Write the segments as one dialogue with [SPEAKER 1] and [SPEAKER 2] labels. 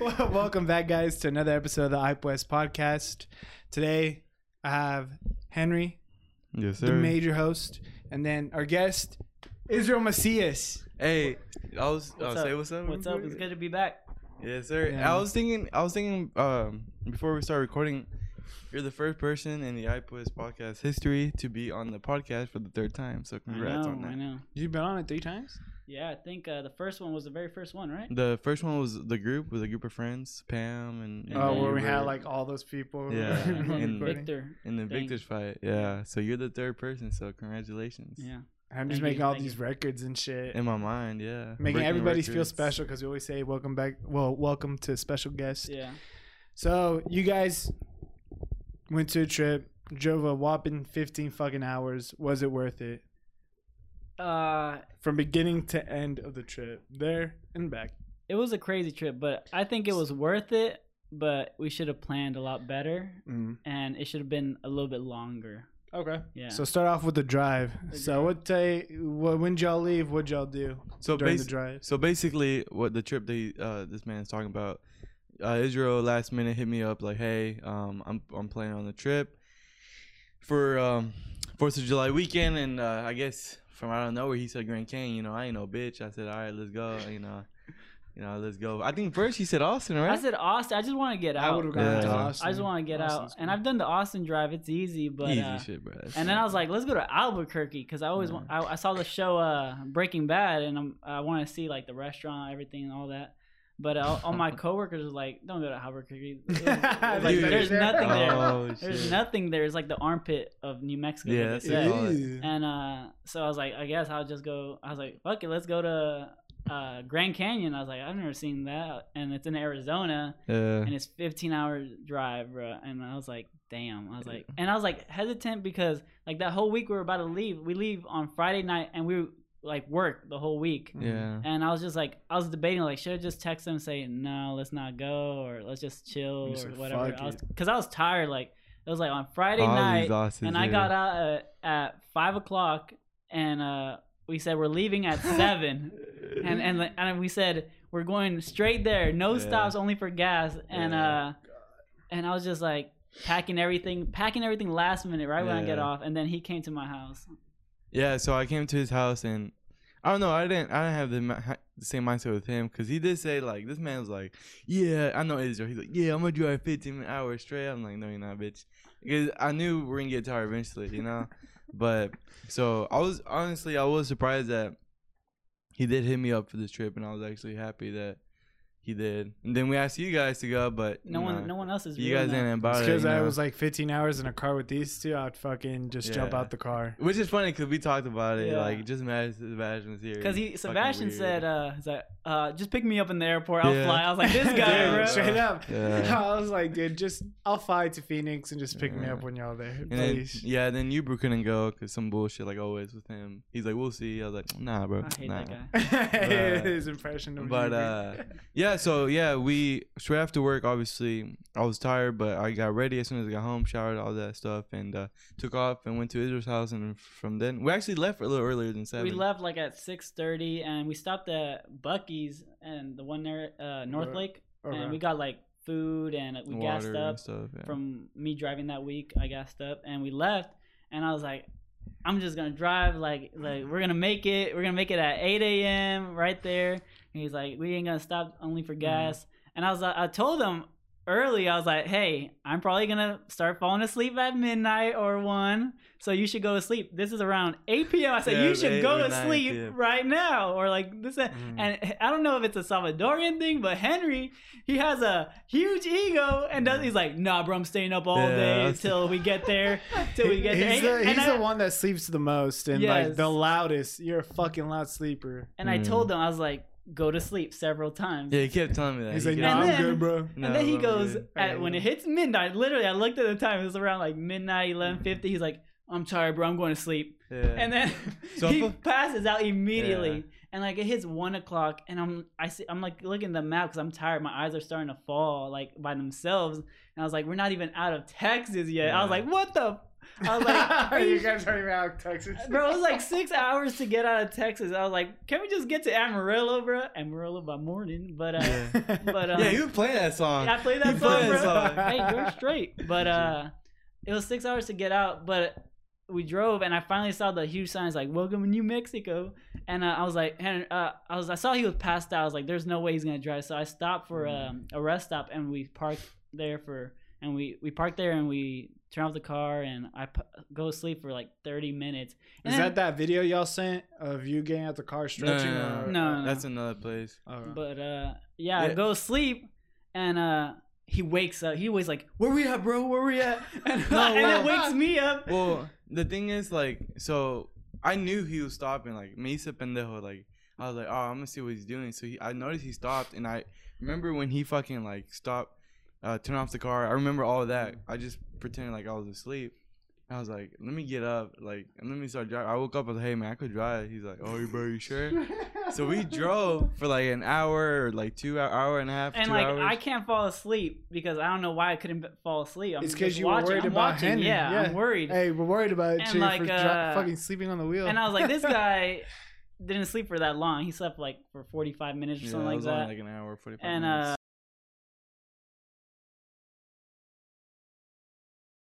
[SPEAKER 1] Well, welcome back, guys, to another episode of the Hype West podcast. Today, I have Henry,
[SPEAKER 2] Yes,
[SPEAKER 1] the major host, and then our guest, Israel Macias.
[SPEAKER 2] Hey, I was uh,
[SPEAKER 3] What's
[SPEAKER 2] say
[SPEAKER 3] up?
[SPEAKER 2] what's up.
[SPEAKER 3] What's
[SPEAKER 2] real
[SPEAKER 3] up? It's
[SPEAKER 2] quick?
[SPEAKER 3] good to be back.
[SPEAKER 2] Yes, sir.
[SPEAKER 1] Yeah.
[SPEAKER 2] I was thinking. I was thinking. Um, before we start recording, you're the first person in the iPods podcast history to be on the podcast for the third time. So congrats
[SPEAKER 3] I know,
[SPEAKER 2] on
[SPEAKER 3] I
[SPEAKER 2] that.
[SPEAKER 3] know.
[SPEAKER 1] You've been on it three times.
[SPEAKER 3] Yeah, I think uh, the first one was the very first one, right?
[SPEAKER 2] The first one was the group with a group of friends, Pam and, and
[SPEAKER 1] Oh, where we had
[SPEAKER 2] Hubert
[SPEAKER 1] like all those people.
[SPEAKER 2] Yeah,
[SPEAKER 3] And
[SPEAKER 2] and
[SPEAKER 3] then
[SPEAKER 2] recording.
[SPEAKER 3] Victor.
[SPEAKER 2] in the
[SPEAKER 3] thing.
[SPEAKER 2] Victor's fight. Yeah, so you're the third person. So congratulations.
[SPEAKER 3] Yeah.
[SPEAKER 1] I'm just
[SPEAKER 3] Thank you,
[SPEAKER 1] making all
[SPEAKER 3] thank
[SPEAKER 1] these
[SPEAKER 3] you.
[SPEAKER 1] records and shit.
[SPEAKER 2] In my mind, yeah.
[SPEAKER 1] Making
[SPEAKER 2] Breaking
[SPEAKER 1] everybody feel
[SPEAKER 2] records.
[SPEAKER 1] special because we always say welcome back. Well, welcome to special guest.
[SPEAKER 3] Yeah.
[SPEAKER 1] So you guys went to a trip, drove a whopping 15 fucking hours. Was it worth it?
[SPEAKER 3] Uh,
[SPEAKER 1] From beginning to end of the trip, there and back.
[SPEAKER 3] it was a crazy trip, but I think it was worth it. But we should have planned a lot better,
[SPEAKER 1] Mm.
[SPEAKER 3] and it should have been a little bit longer.
[SPEAKER 1] Okay.
[SPEAKER 3] Yeah.
[SPEAKER 1] So start off with the drive.
[SPEAKER 3] The
[SPEAKER 1] so
[SPEAKER 3] drive.
[SPEAKER 1] what day? What, when did y'all leave? What'd y'all do
[SPEAKER 2] So
[SPEAKER 1] during
[SPEAKER 2] basically.
[SPEAKER 1] the drive?
[SPEAKER 2] So basically, what the trip that he, uh, this man is talking about, uh, Israel last minute hit me up like, "Hey, um, I'm I'm planning on the trip for um, Fourth of July weekend, and uh, I guess from out of nowhere he said Grand Canyon. You know, I ain't no bitch. I said, all right, let's go. You know, you know, let's go. I think first he said Austin, right?
[SPEAKER 3] I said Austin. I just want to get out.
[SPEAKER 1] would've
[SPEAKER 2] gone to
[SPEAKER 3] I just want to get out,
[SPEAKER 1] Austin's
[SPEAKER 3] and
[SPEAKER 1] cool.
[SPEAKER 3] I've done the Austin drive. It's easy, but
[SPEAKER 2] Easy
[SPEAKER 3] uh,
[SPEAKER 2] shit, bro. That's
[SPEAKER 3] And then
[SPEAKER 2] not-
[SPEAKER 3] I was like, let's go to Albuquerque because I always
[SPEAKER 2] Yeah.
[SPEAKER 3] want. I, I saw the show uh, Breaking Bad, and I'm, I want to see like the restaurant, everything, and all that. But uh, all my coworkers was like, don't go to Albuquerque. It was- it was like,
[SPEAKER 2] Dude.
[SPEAKER 3] there's nothing there.
[SPEAKER 2] Oh,
[SPEAKER 3] There's
[SPEAKER 2] shit.
[SPEAKER 3] nothing there. It's like the armpit of New Mexico.
[SPEAKER 2] Yeah,
[SPEAKER 3] like they
[SPEAKER 2] that's
[SPEAKER 3] say.
[SPEAKER 2] it. Yeah.
[SPEAKER 3] And uh, so I was like, I guess I'll just go. I was like, fuck it, let's go to uh, Grand Canyon. I was like, I've never seen that, and it's in Arizona
[SPEAKER 2] Yeah.
[SPEAKER 3] and it's 15 hour drive, bro. And I was like, damn. I was like, and I was like hesitant because like that whole week we were about to leave. We leave on Friday night and we like work the whole week.
[SPEAKER 2] yeah.
[SPEAKER 3] And I was just like, I was debating like, should I just text them and say no, let's not go, or let's just chill
[SPEAKER 1] You
[SPEAKER 3] or
[SPEAKER 1] said,
[SPEAKER 3] whatever?
[SPEAKER 1] "Fuck
[SPEAKER 3] I was
[SPEAKER 1] it."
[SPEAKER 3] because I was tired. Like it was like on Friday
[SPEAKER 2] I was
[SPEAKER 3] night,
[SPEAKER 2] exhausted,
[SPEAKER 3] and I
[SPEAKER 2] yeah.
[SPEAKER 3] got out at, at five o'clock, and uh, we said we're leaving at seven, and and the- and we said we're going straight there, no
[SPEAKER 2] Yeah.
[SPEAKER 3] stops, only for gas, and
[SPEAKER 2] Yeah.
[SPEAKER 3] uh, and I was just like packing everything, packing everything last minute, right when I get
[SPEAKER 2] Yeah.
[SPEAKER 3] off, and then he came to my house.
[SPEAKER 2] Yeah, so I came to his house and I don't know. I didn't. I didn't have the, mi- hi- the same mindset with him because he did say like this man was like, yeah, I know Israel. He's like, yeah, I'm gonna drive 15 hours straight. I'm like, no, you're not, bitch. Because I knew we're gonna get tired eventually, you know. but so I was honestly, I was surprised that he did hit me up for this trip, and I was actually happy that he did. And then we asked you guys to go, but
[SPEAKER 3] No
[SPEAKER 2] you
[SPEAKER 3] one,
[SPEAKER 2] know,
[SPEAKER 3] no one else is.
[SPEAKER 2] you
[SPEAKER 3] really
[SPEAKER 2] guys
[SPEAKER 3] know.
[SPEAKER 2] didn't about it.
[SPEAKER 1] Because
[SPEAKER 2] you
[SPEAKER 1] I
[SPEAKER 2] know?
[SPEAKER 1] was like 15 hours in a car with these two, I'd fucking just jump
[SPEAKER 2] Yeah.
[SPEAKER 1] out the car.
[SPEAKER 2] Which is funny because we talked about it.
[SPEAKER 3] Yeah.
[SPEAKER 2] Like, just imagine Sebastian was here.
[SPEAKER 3] Because he
[SPEAKER 2] It's fucking
[SPEAKER 3] Sebastian
[SPEAKER 2] weird.
[SPEAKER 3] said, uh, he's like, uh, just pick me up in the airport. I'll
[SPEAKER 2] Yeah.
[SPEAKER 3] fly. I was like, this guy,
[SPEAKER 1] Dude,
[SPEAKER 3] bro.
[SPEAKER 1] Straight up.
[SPEAKER 2] Yeah.
[SPEAKER 1] I was like, dude, just I'll fly to Phoenix and just pick me
[SPEAKER 2] Yeah.
[SPEAKER 1] up when y'all there,
[SPEAKER 2] And then,
[SPEAKER 1] please.
[SPEAKER 2] yeah, then Ubru couldn't go because some bullshit like always with him. He's like, "We'll see." I was like, "Nah, bro,
[SPEAKER 3] I hate
[SPEAKER 2] nah."
[SPEAKER 3] that guy.
[SPEAKER 1] His impression of
[SPEAKER 2] But
[SPEAKER 1] you.
[SPEAKER 2] uh, yeah, so yeah, we straight after work. Obviously, I was tired, but I got ready as soon as I got home, showered, all that stuff, and uh, took off and went to Israel's house. And from then, we actually left a little earlier than seven.
[SPEAKER 3] We left like at six thirty, and we stopped at Bucky's and the one there, uh, North
[SPEAKER 1] Right.
[SPEAKER 3] Lake,
[SPEAKER 1] Okay.
[SPEAKER 3] and we got like food and uh, we
[SPEAKER 2] Water
[SPEAKER 3] gassed
[SPEAKER 2] and
[SPEAKER 3] up
[SPEAKER 2] stuff. Yeah.
[SPEAKER 3] from me driving that week. I gassed up, and we left, and I was like. I'm just gonna drive like like we're gonna make it. We're gonna make it at 8 a.m. right there. And he's like, we ain't gonna stop only
[SPEAKER 2] Mm-hmm.
[SPEAKER 3] for gas. And I was like, I told him early. I was like, hey, I'm probably gonna start falling asleep at midnight or one. So you should go to sleep. This is around 8 p.m. I said
[SPEAKER 2] Yeah, it
[SPEAKER 3] you
[SPEAKER 2] was
[SPEAKER 3] should
[SPEAKER 2] 8
[SPEAKER 3] go
[SPEAKER 2] or
[SPEAKER 3] to
[SPEAKER 2] 9
[SPEAKER 3] sleep
[SPEAKER 2] p.m.
[SPEAKER 3] right now or like this.
[SPEAKER 1] Mhm.
[SPEAKER 2] Mm.
[SPEAKER 3] And I don't know if it's a Salvadorian thing, but Henry, he has a huge ego and does,
[SPEAKER 2] Yeah.
[SPEAKER 3] he's like, nah, bro, I'm staying up all
[SPEAKER 2] Yeah,
[SPEAKER 3] day
[SPEAKER 2] that's-
[SPEAKER 3] till we get there, till we get there.
[SPEAKER 1] he's
[SPEAKER 3] And-
[SPEAKER 1] the,
[SPEAKER 3] and
[SPEAKER 1] he's
[SPEAKER 3] I-
[SPEAKER 1] the one that sleeps the most and like
[SPEAKER 3] Yes.
[SPEAKER 1] the loudest. You're a fucking loud sleeper.
[SPEAKER 3] And I
[SPEAKER 2] Mm.
[SPEAKER 3] told him, I was like, go to sleep several times.
[SPEAKER 2] yeah, he kept telling me that.
[SPEAKER 1] He's
[SPEAKER 2] He
[SPEAKER 1] like, no,
[SPEAKER 2] kept-
[SPEAKER 3] And
[SPEAKER 1] I'm
[SPEAKER 3] then-
[SPEAKER 1] good, bro.
[SPEAKER 2] No,
[SPEAKER 3] and then he
[SPEAKER 2] bro,
[SPEAKER 3] goes,
[SPEAKER 2] dude.
[SPEAKER 3] at, when it hits midnight, literally, I looked at the time, it was around like midnight, 11.50. He's like, I'm tired, bro, I'm going to sleep.
[SPEAKER 2] Yeah.
[SPEAKER 3] And then
[SPEAKER 2] So
[SPEAKER 3] he
[SPEAKER 2] fu-
[SPEAKER 3] passes out immediately.
[SPEAKER 2] Yeah.
[SPEAKER 3] And like it hits one o'clock, and I'm I see I'm like looking at the map because I'm tired. My eyes are starting to fall like by themselves. And I was like, we're not even out of Texas yet. I was
[SPEAKER 2] Yeah.
[SPEAKER 3] like, what the? I was uh, like, are you
[SPEAKER 1] you guys are even out of Texas.
[SPEAKER 3] Bro, it was like six hours to get out of Texas. I was like, can we just get to Amarillo, bro? Amarillo by morning, but uh,
[SPEAKER 2] Yeah.
[SPEAKER 3] but um,
[SPEAKER 2] yeah, you play that song.
[SPEAKER 3] I played that
[SPEAKER 2] You
[SPEAKER 3] song,
[SPEAKER 2] played
[SPEAKER 3] bro.
[SPEAKER 2] that
[SPEAKER 1] song.
[SPEAKER 3] hey, you're straight. But uh, it was six hours to get out, but we drove, and I finally saw the huge signs like "Welcome to New Mexico," and uh, I was like, and, uh, I was, I saw he was passed out. I was like, "There's no way he's gonna drive." So I stopped for um, a rest stop, and we parked there for, and we we parked there, and we turn off the car, and I pu- go to sleep for like 30 minutes. And
[SPEAKER 1] Is
[SPEAKER 3] then-
[SPEAKER 1] that that video y'all sent of you getting out the car stretching?
[SPEAKER 2] no,
[SPEAKER 1] or-
[SPEAKER 3] No, no.
[SPEAKER 2] That's another place.
[SPEAKER 1] Oh, right.
[SPEAKER 3] But uh, yeah, I
[SPEAKER 2] Yeah.
[SPEAKER 3] go to sleep, and uh, he wakes up. He was like, "Where we at, bro? Where we at?" And,
[SPEAKER 2] No,
[SPEAKER 3] and
[SPEAKER 2] well-
[SPEAKER 3] it wakes me up.
[SPEAKER 2] Well, the thing is, like, so I knew he was stopping. Like, me hice pendejo. Like, I was like, oh, I'm gonna see what he's doing. So he, I noticed he stopped, and I remember when he fucking like stopped, uh, turn off the car. I remember all of that. I just pretended like I was asleep. I was like, let me get up, like, and let me start driving. I woke up, I was like, hey man, I could drive. He's like, oh, bro, you sure? so we drove for like an hour or like two hour, hour and a half,
[SPEAKER 3] And
[SPEAKER 2] two
[SPEAKER 3] like
[SPEAKER 2] hours.
[SPEAKER 3] I can't fall asleep because I don't know why I couldn't b- fall asleep. I'm
[SPEAKER 1] It's 'cause
[SPEAKER 3] because
[SPEAKER 1] you were worried
[SPEAKER 3] I'm
[SPEAKER 1] about
[SPEAKER 3] watching.
[SPEAKER 1] Henry,
[SPEAKER 3] Yeah,
[SPEAKER 1] yeah.
[SPEAKER 3] I'm worried.
[SPEAKER 1] Hey, we're worried about
[SPEAKER 3] And
[SPEAKER 1] you
[SPEAKER 3] like,
[SPEAKER 1] for dri-
[SPEAKER 3] uh,
[SPEAKER 1] fucking sleeping on the wheel.
[SPEAKER 3] And I was like, this guy didn't sleep for that long. He slept like for 45 minutes or
[SPEAKER 2] yeah,
[SPEAKER 3] something
[SPEAKER 2] it
[SPEAKER 3] like
[SPEAKER 2] was only,
[SPEAKER 3] that.
[SPEAKER 2] like an hour, forty five
[SPEAKER 3] and
[SPEAKER 2] minutes.
[SPEAKER 3] uh,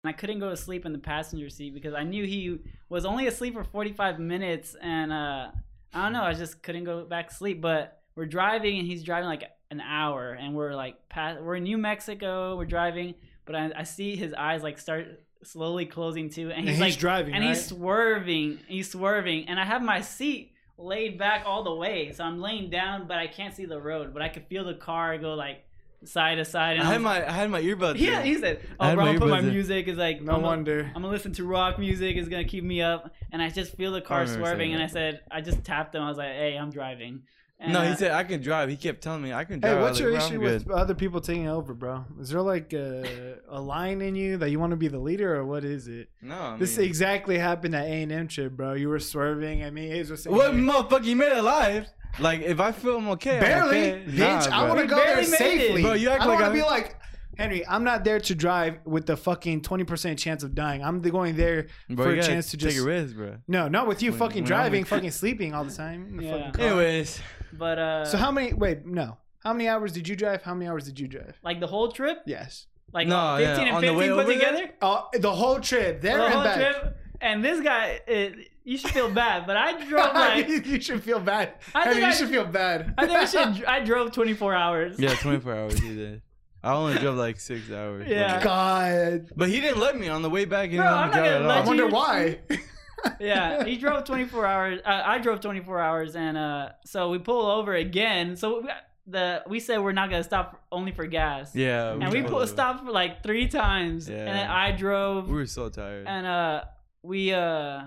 [SPEAKER 3] and I couldn't go to sleep in the passenger seat because I knew he was only asleep for 45 minutes, and uh, I don't know, I just couldn't go back to sleep. But we're driving, and he's driving like an hour, and we're like, past, we're in New Mexico, we're driving, but I, I see his eyes like start slowly closing too, and
[SPEAKER 1] and
[SPEAKER 3] he's,
[SPEAKER 1] he's,
[SPEAKER 3] like
[SPEAKER 1] driving,
[SPEAKER 3] and
[SPEAKER 1] right?
[SPEAKER 3] he's swerving he's swerving and i have my seat laid back all the way so i'm laying down but i can't see the road but i could feel the car go like side to side and
[SPEAKER 2] I
[SPEAKER 3] I
[SPEAKER 2] had
[SPEAKER 3] was,
[SPEAKER 2] my I had my earbuds.
[SPEAKER 3] yeah
[SPEAKER 2] in.
[SPEAKER 3] he said
[SPEAKER 2] I
[SPEAKER 3] oh
[SPEAKER 2] had
[SPEAKER 3] bro
[SPEAKER 2] my
[SPEAKER 3] i'm put my
[SPEAKER 2] earbuds in.
[SPEAKER 3] music is like
[SPEAKER 1] no
[SPEAKER 3] I'm gonna-
[SPEAKER 1] wonder.
[SPEAKER 3] I'm gonna listen to rock music. It's gonna keep me up, and I just feel the car
[SPEAKER 2] remember saying
[SPEAKER 3] swerving. And
[SPEAKER 2] that.
[SPEAKER 3] I said, I just tapped him. I was like, "Hey, I'm driving." And,
[SPEAKER 2] No,
[SPEAKER 3] uh,
[SPEAKER 2] he said I can drive. He kept telling me I can drive.
[SPEAKER 1] Hey,
[SPEAKER 2] I
[SPEAKER 1] what's
[SPEAKER 2] was like,
[SPEAKER 1] your
[SPEAKER 2] "Bro,
[SPEAKER 1] issue
[SPEAKER 2] I'm
[SPEAKER 1] with
[SPEAKER 2] good."
[SPEAKER 1] other people taking over, bro? Is there like a, a line in you that you want to be the leader, or what is it?
[SPEAKER 2] No, I
[SPEAKER 1] this
[SPEAKER 2] mean-
[SPEAKER 1] exactly happened at A and M trip, bro. You were swerving at me. Hayes was saying,
[SPEAKER 2] What
[SPEAKER 1] "Hey,
[SPEAKER 2] motherfucker? You made it alive. Like if I feel I'm okay, I'm
[SPEAKER 1] barely,
[SPEAKER 2] okay.
[SPEAKER 1] bitch.
[SPEAKER 2] Nah,
[SPEAKER 1] I
[SPEAKER 2] bro.
[SPEAKER 1] want to
[SPEAKER 3] We
[SPEAKER 1] go there
[SPEAKER 3] barely made it.
[SPEAKER 1] safely.
[SPEAKER 2] Bro, you act
[SPEAKER 1] I don't
[SPEAKER 2] like
[SPEAKER 1] want to
[SPEAKER 2] I'm-
[SPEAKER 1] be like Henry. I'm not there to drive with the fucking twenty percent chance of dying. I'm going there
[SPEAKER 2] Bro,
[SPEAKER 1] for a
[SPEAKER 2] you gotta
[SPEAKER 1] chance to
[SPEAKER 2] take
[SPEAKER 1] just
[SPEAKER 2] a risk, bro.
[SPEAKER 1] no, not with you
[SPEAKER 2] When-
[SPEAKER 1] fucking
[SPEAKER 2] when I'm
[SPEAKER 1] driving,
[SPEAKER 2] with-
[SPEAKER 1] fucking sleeping all the time. in the
[SPEAKER 3] Yeah.
[SPEAKER 1] fucking car.
[SPEAKER 2] Anyways,
[SPEAKER 3] but uh,
[SPEAKER 1] So how many? Wait, no. How many hours did you drive? How many hours did you drive?
[SPEAKER 3] like the whole trip,
[SPEAKER 1] Yes.
[SPEAKER 3] like
[SPEAKER 2] No, yeah,
[SPEAKER 3] 15 and
[SPEAKER 2] on the
[SPEAKER 3] 15
[SPEAKER 2] way
[SPEAKER 3] put
[SPEAKER 2] over there?
[SPEAKER 3] together,
[SPEAKER 1] Oh, the whole trip there
[SPEAKER 3] the
[SPEAKER 1] and
[SPEAKER 3] whole
[SPEAKER 1] back.
[SPEAKER 3] trip. And this guy, it, you should feel bad, but I drove like
[SPEAKER 1] you should feel bad.
[SPEAKER 3] I
[SPEAKER 1] I
[SPEAKER 3] think
[SPEAKER 1] mean,
[SPEAKER 3] I-
[SPEAKER 1] you should feel bad.
[SPEAKER 3] I think I should. I drove 24 hours.
[SPEAKER 2] yeah, 24 hours he did. I only drove like six hours.
[SPEAKER 3] Yeah.
[SPEAKER 2] Like-
[SPEAKER 1] God,
[SPEAKER 2] but he didn't let me on the way back. He
[SPEAKER 3] Bro,
[SPEAKER 2] didn't let
[SPEAKER 3] I'm
[SPEAKER 2] me
[SPEAKER 3] not
[SPEAKER 2] drive
[SPEAKER 3] gonna
[SPEAKER 2] at
[SPEAKER 3] let
[SPEAKER 1] I
[SPEAKER 2] all.
[SPEAKER 3] you-
[SPEAKER 1] wonder why.
[SPEAKER 3] Yeah, he drove 24 hours. Uh, I drove 24 hours, and uh, so we pull over again. So we, the we said we're not gonna stop only for gas.
[SPEAKER 2] yeah,
[SPEAKER 3] And we
[SPEAKER 1] pulled
[SPEAKER 3] pull,
[SPEAKER 2] pulled
[SPEAKER 3] stopped for like three times,
[SPEAKER 2] Yeah.
[SPEAKER 3] and then I drove,
[SPEAKER 2] We were so tired.
[SPEAKER 3] and uh, we uh,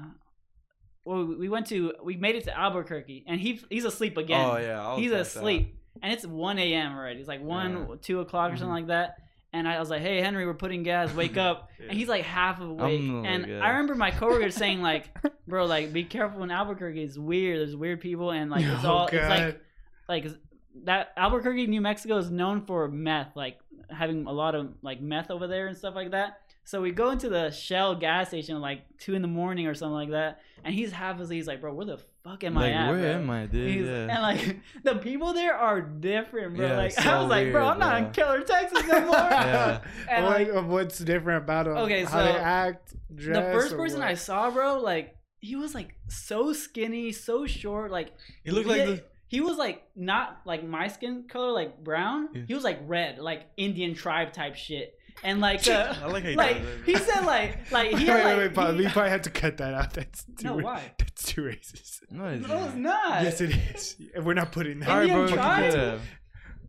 [SPEAKER 3] well, we went to we made it to Albuquerque, and he he's asleep again.
[SPEAKER 2] oh yeah, I was
[SPEAKER 3] he's
[SPEAKER 2] passed out.
[SPEAKER 3] asleep and it's 1 a.m already it's like 1 2 o'clock or something
[SPEAKER 2] Mm-hmm.
[SPEAKER 1] Mhm.
[SPEAKER 3] like that and i was like hey henry we're putting gas wake up
[SPEAKER 2] Yeah.
[SPEAKER 3] and he's like half awake
[SPEAKER 2] I'm like,
[SPEAKER 3] and
[SPEAKER 2] yeah.
[SPEAKER 3] i remember my coworker saying like bro like be careful in albuquerque it's weird there's weird people and like it's
[SPEAKER 1] Oh,
[SPEAKER 3] all it's like
[SPEAKER 1] God.
[SPEAKER 3] like it's- that albuquerque new mexico is known for meth like having a lot of like meth over there and stuff like that so we go into the Shell gas station at, like two in the morning or something like that, and he's half asleep. He's like, "Bro, where the fuck am I
[SPEAKER 2] like,
[SPEAKER 3] at?"
[SPEAKER 2] where
[SPEAKER 3] bro?"
[SPEAKER 2] am I, dude?
[SPEAKER 3] He's-
[SPEAKER 2] Yeah.
[SPEAKER 3] And like the people there are different, bro.
[SPEAKER 2] Yeah,
[SPEAKER 3] like
[SPEAKER 2] so
[SPEAKER 3] I was like, bro,
[SPEAKER 2] weird,
[SPEAKER 3] I'm not in
[SPEAKER 2] bro.
[SPEAKER 3] Keller, Texas no more.
[SPEAKER 2] Yeah.
[SPEAKER 3] And,
[SPEAKER 1] Oh, what,
[SPEAKER 3] like-
[SPEAKER 1] of what's different about them?
[SPEAKER 3] Okay,
[SPEAKER 1] how they
[SPEAKER 3] so
[SPEAKER 1] act.
[SPEAKER 3] the
[SPEAKER 1] Dress,
[SPEAKER 3] first
[SPEAKER 1] or
[SPEAKER 3] person
[SPEAKER 1] what?
[SPEAKER 3] I saw, bro, like he was like so skinny, so short. Like
[SPEAKER 2] He looked like
[SPEAKER 3] he,
[SPEAKER 2] this.
[SPEAKER 3] he was like not like my skin color, like brown.
[SPEAKER 2] Yeah.
[SPEAKER 3] He was like red, like Indian tribe type shit. And like, uh,
[SPEAKER 2] I like how he
[SPEAKER 3] like
[SPEAKER 2] does that.
[SPEAKER 3] he said, like like he
[SPEAKER 1] wait,
[SPEAKER 3] had,
[SPEAKER 1] wait,
[SPEAKER 3] like,
[SPEAKER 1] wait, Bob,
[SPEAKER 3] he-
[SPEAKER 1] we probably have to cut that out. That's too
[SPEAKER 3] No,
[SPEAKER 1] ra-
[SPEAKER 3] why?
[SPEAKER 1] That's too racist.
[SPEAKER 2] No, he's
[SPEAKER 3] no, it's
[SPEAKER 2] not.
[SPEAKER 3] not.
[SPEAKER 1] Yes, it is. And We're not putting that.
[SPEAKER 2] All right,
[SPEAKER 3] Indian
[SPEAKER 2] bro.
[SPEAKER 3] tribe?
[SPEAKER 2] yeah.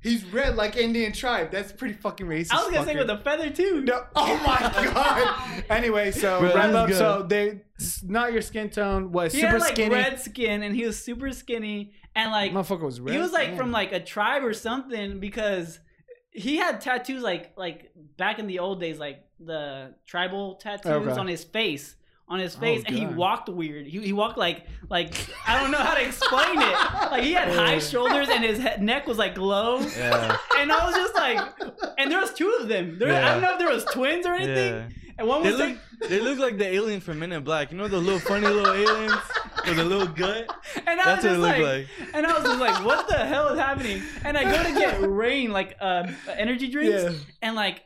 [SPEAKER 1] He's red like Indian tribe. That's pretty fucking racist.
[SPEAKER 3] I was gonna say
[SPEAKER 1] fucker.
[SPEAKER 3] with a feather too.
[SPEAKER 1] No. Oh my god. anyway, so
[SPEAKER 2] Bro,
[SPEAKER 1] wrap
[SPEAKER 2] this is
[SPEAKER 1] up. So
[SPEAKER 2] good.
[SPEAKER 1] they it's not your skin tone was
[SPEAKER 3] He
[SPEAKER 1] super
[SPEAKER 3] had like
[SPEAKER 1] skinny.
[SPEAKER 3] red skin, and he was super skinny, and like
[SPEAKER 1] Motherfucker was red.
[SPEAKER 3] he was like
[SPEAKER 1] Yeah.
[SPEAKER 3] from like a tribe or something because he had tattoos like like back in the old days like the tribal tattoos
[SPEAKER 1] Okay.
[SPEAKER 3] on his face on his face
[SPEAKER 2] Oh,
[SPEAKER 3] and he
[SPEAKER 1] God.
[SPEAKER 3] walked weird he, he walked like like i don't know how to explain it like he had high shoulders and his head, neck was like low
[SPEAKER 2] Yeah.
[SPEAKER 3] and i was just like and there was two of them there, i
[SPEAKER 2] Yeah.
[SPEAKER 3] don't know if there was twins or anything
[SPEAKER 2] Yeah.
[SPEAKER 3] And one
[SPEAKER 2] They
[SPEAKER 3] was
[SPEAKER 2] look,
[SPEAKER 3] like,
[SPEAKER 2] they look like the alien from Men in Black. You know the little funny little aliens with a little gut.
[SPEAKER 3] and I
[SPEAKER 2] That's
[SPEAKER 3] was
[SPEAKER 2] what it looked
[SPEAKER 3] just like,
[SPEAKER 2] like.
[SPEAKER 3] and I was just like, what the hell is happening? And I go to get rain, like uh, energy drinks,
[SPEAKER 1] Yeah.
[SPEAKER 3] and like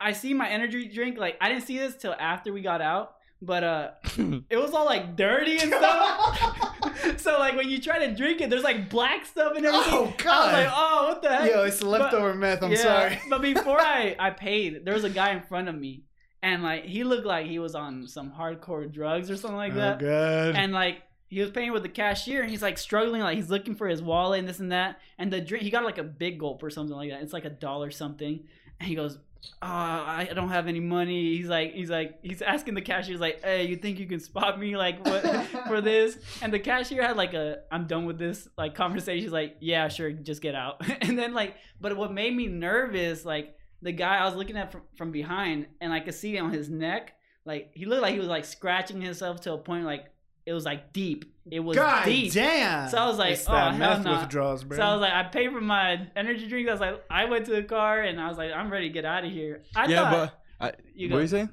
[SPEAKER 3] I see my energy drink. Like I didn't see this till after we got out, but uh, it was all like dirty and
[SPEAKER 1] Oh,
[SPEAKER 3] stuff. so like when you try to drink it, there's like black stuff and everything.
[SPEAKER 1] Oh,
[SPEAKER 3] I was
[SPEAKER 1] God.
[SPEAKER 3] like, oh, what the heck?
[SPEAKER 1] Yo, it's leftover meth. I'm sorry.
[SPEAKER 3] but before I, I paid, there was a guy in front of me, and like he looked like he was on some hardcore drugs or something like that.
[SPEAKER 1] Oh, God.
[SPEAKER 3] And like he was paying with the cashier, and he's like struggling, like he's looking for his wallet and this and that. And the drink, he got like a big gulp or something like that. It's like a dollar something, and he goes, "Oh, I don't have any money." He's like, he's like, he's asking the cashier, he's like, "Hey, you think you can spot me like what for this?" And the cashier had like a, "I'm done with this" like conversation. He's like, "Yeah, sure, just get out." and then like, but what made me nervous, like the guy I was looking at from, from behind, and I could see on his neck. Like he looked like he was like scratching himself to a point like it was like deep. It was
[SPEAKER 1] God
[SPEAKER 3] deep.
[SPEAKER 1] damn.
[SPEAKER 3] So I was like,
[SPEAKER 1] it's
[SPEAKER 3] oh,
[SPEAKER 1] that
[SPEAKER 3] hell
[SPEAKER 1] meth
[SPEAKER 3] nah.
[SPEAKER 1] withdrawals, bro.
[SPEAKER 3] So I was like, I paid for my energy drink. I was like, I went to the car and I was like, I'm ready to get out of here. I
[SPEAKER 2] yeah,
[SPEAKER 3] thought
[SPEAKER 2] but
[SPEAKER 3] you
[SPEAKER 2] what
[SPEAKER 3] go.
[SPEAKER 2] you saying?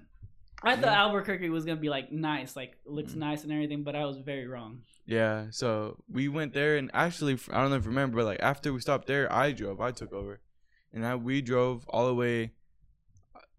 [SPEAKER 3] I thought
[SPEAKER 2] yeah.
[SPEAKER 3] Albuquerque was gonna be like nice, like looks
[SPEAKER 2] Mm.
[SPEAKER 3] nice and everything, but I was very wrong.
[SPEAKER 2] Yeah, so we went there, and actually, f- I don't know if you remember, but like after we stopped there, I drove, I took over, and I we drove all the way.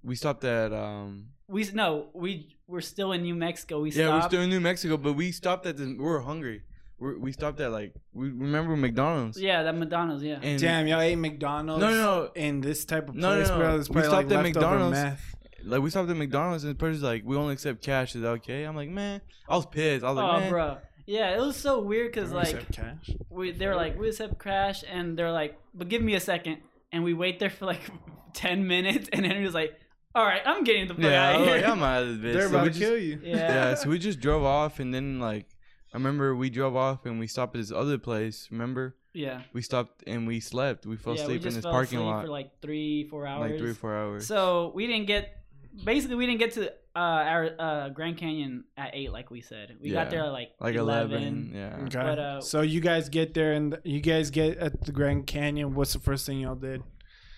[SPEAKER 2] We stopped at um
[SPEAKER 3] We s- no, we we're still in New Mexico. We
[SPEAKER 2] yeah, we're
[SPEAKER 3] stopped.
[SPEAKER 2] still in New Mexico, but we stopped at the, we were hungry. we we stopped at like we remember McDonald's.
[SPEAKER 3] yeah, that McDonald's. Yeah,
[SPEAKER 2] and
[SPEAKER 1] damn, y'all ate McDonald's.
[SPEAKER 2] No, no,
[SPEAKER 1] In this type of place,
[SPEAKER 2] No, no, no.
[SPEAKER 1] bro, it's
[SPEAKER 2] We
[SPEAKER 1] probably like
[SPEAKER 2] stopped at
[SPEAKER 1] leftover
[SPEAKER 2] McDonald's.
[SPEAKER 1] meth.
[SPEAKER 2] no. Like we stopped at McDonald's, and the person's like, "We only accept cash. Is that okay?" I'm like, "Man," I was pissed. I was like,
[SPEAKER 3] oh,
[SPEAKER 2] "Man."
[SPEAKER 3] bro. Yeah, it was so weird because
[SPEAKER 1] Except
[SPEAKER 3] like
[SPEAKER 1] cash.
[SPEAKER 3] we they were like we accept crash and they're like but give me a second and we wait there for like 10 minutes and henry was like all right i'm getting the fuck
[SPEAKER 2] Yeah, I
[SPEAKER 3] out of
[SPEAKER 2] was
[SPEAKER 3] here
[SPEAKER 2] like, "Oh." I'm out of this.
[SPEAKER 1] they're
[SPEAKER 2] So
[SPEAKER 1] about
[SPEAKER 2] we
[SPEAKER 1] to
[SPEAKER 2] just-
[SPEAKER 1] kill you.
[SPEAKER 3] yeah
[SPEAKER 2] yeah, so we just drove off, and then like I remember we drove off and we stopped at this other place. Remember
[SPEAKER 3] yeah
[SPEAKER 2] we stopped and we slept. We fell
[SPEAKER 3] yeah, we
[SPEAKER 2] asleep in
[SPEAKER 3] just
[SPEAKER 2] this
[SPEAKER 3] fell
[SPEAKER 2] parking
[SPEAKER 3] asleep
[SPEAKER 2] lot
[SPEAKER 3] for like three four hours
[SPEAKER 2] like three or four hours.
[SPEAKER 3] so we didn't get basically we didn't get to uh our uh grand canyon at eight like we said we
[SPEAKER 2] Yeah,
[SPEAKER 3] got there at like
[SPEAKER 2] like 11, yeah.
[SPEAKER 1] Okay.
[SPEAKER 3] But, uh,
[SPEAKER 1] so you guys get there and you guys get at the Grand Canyon. What's the first thing y'all did?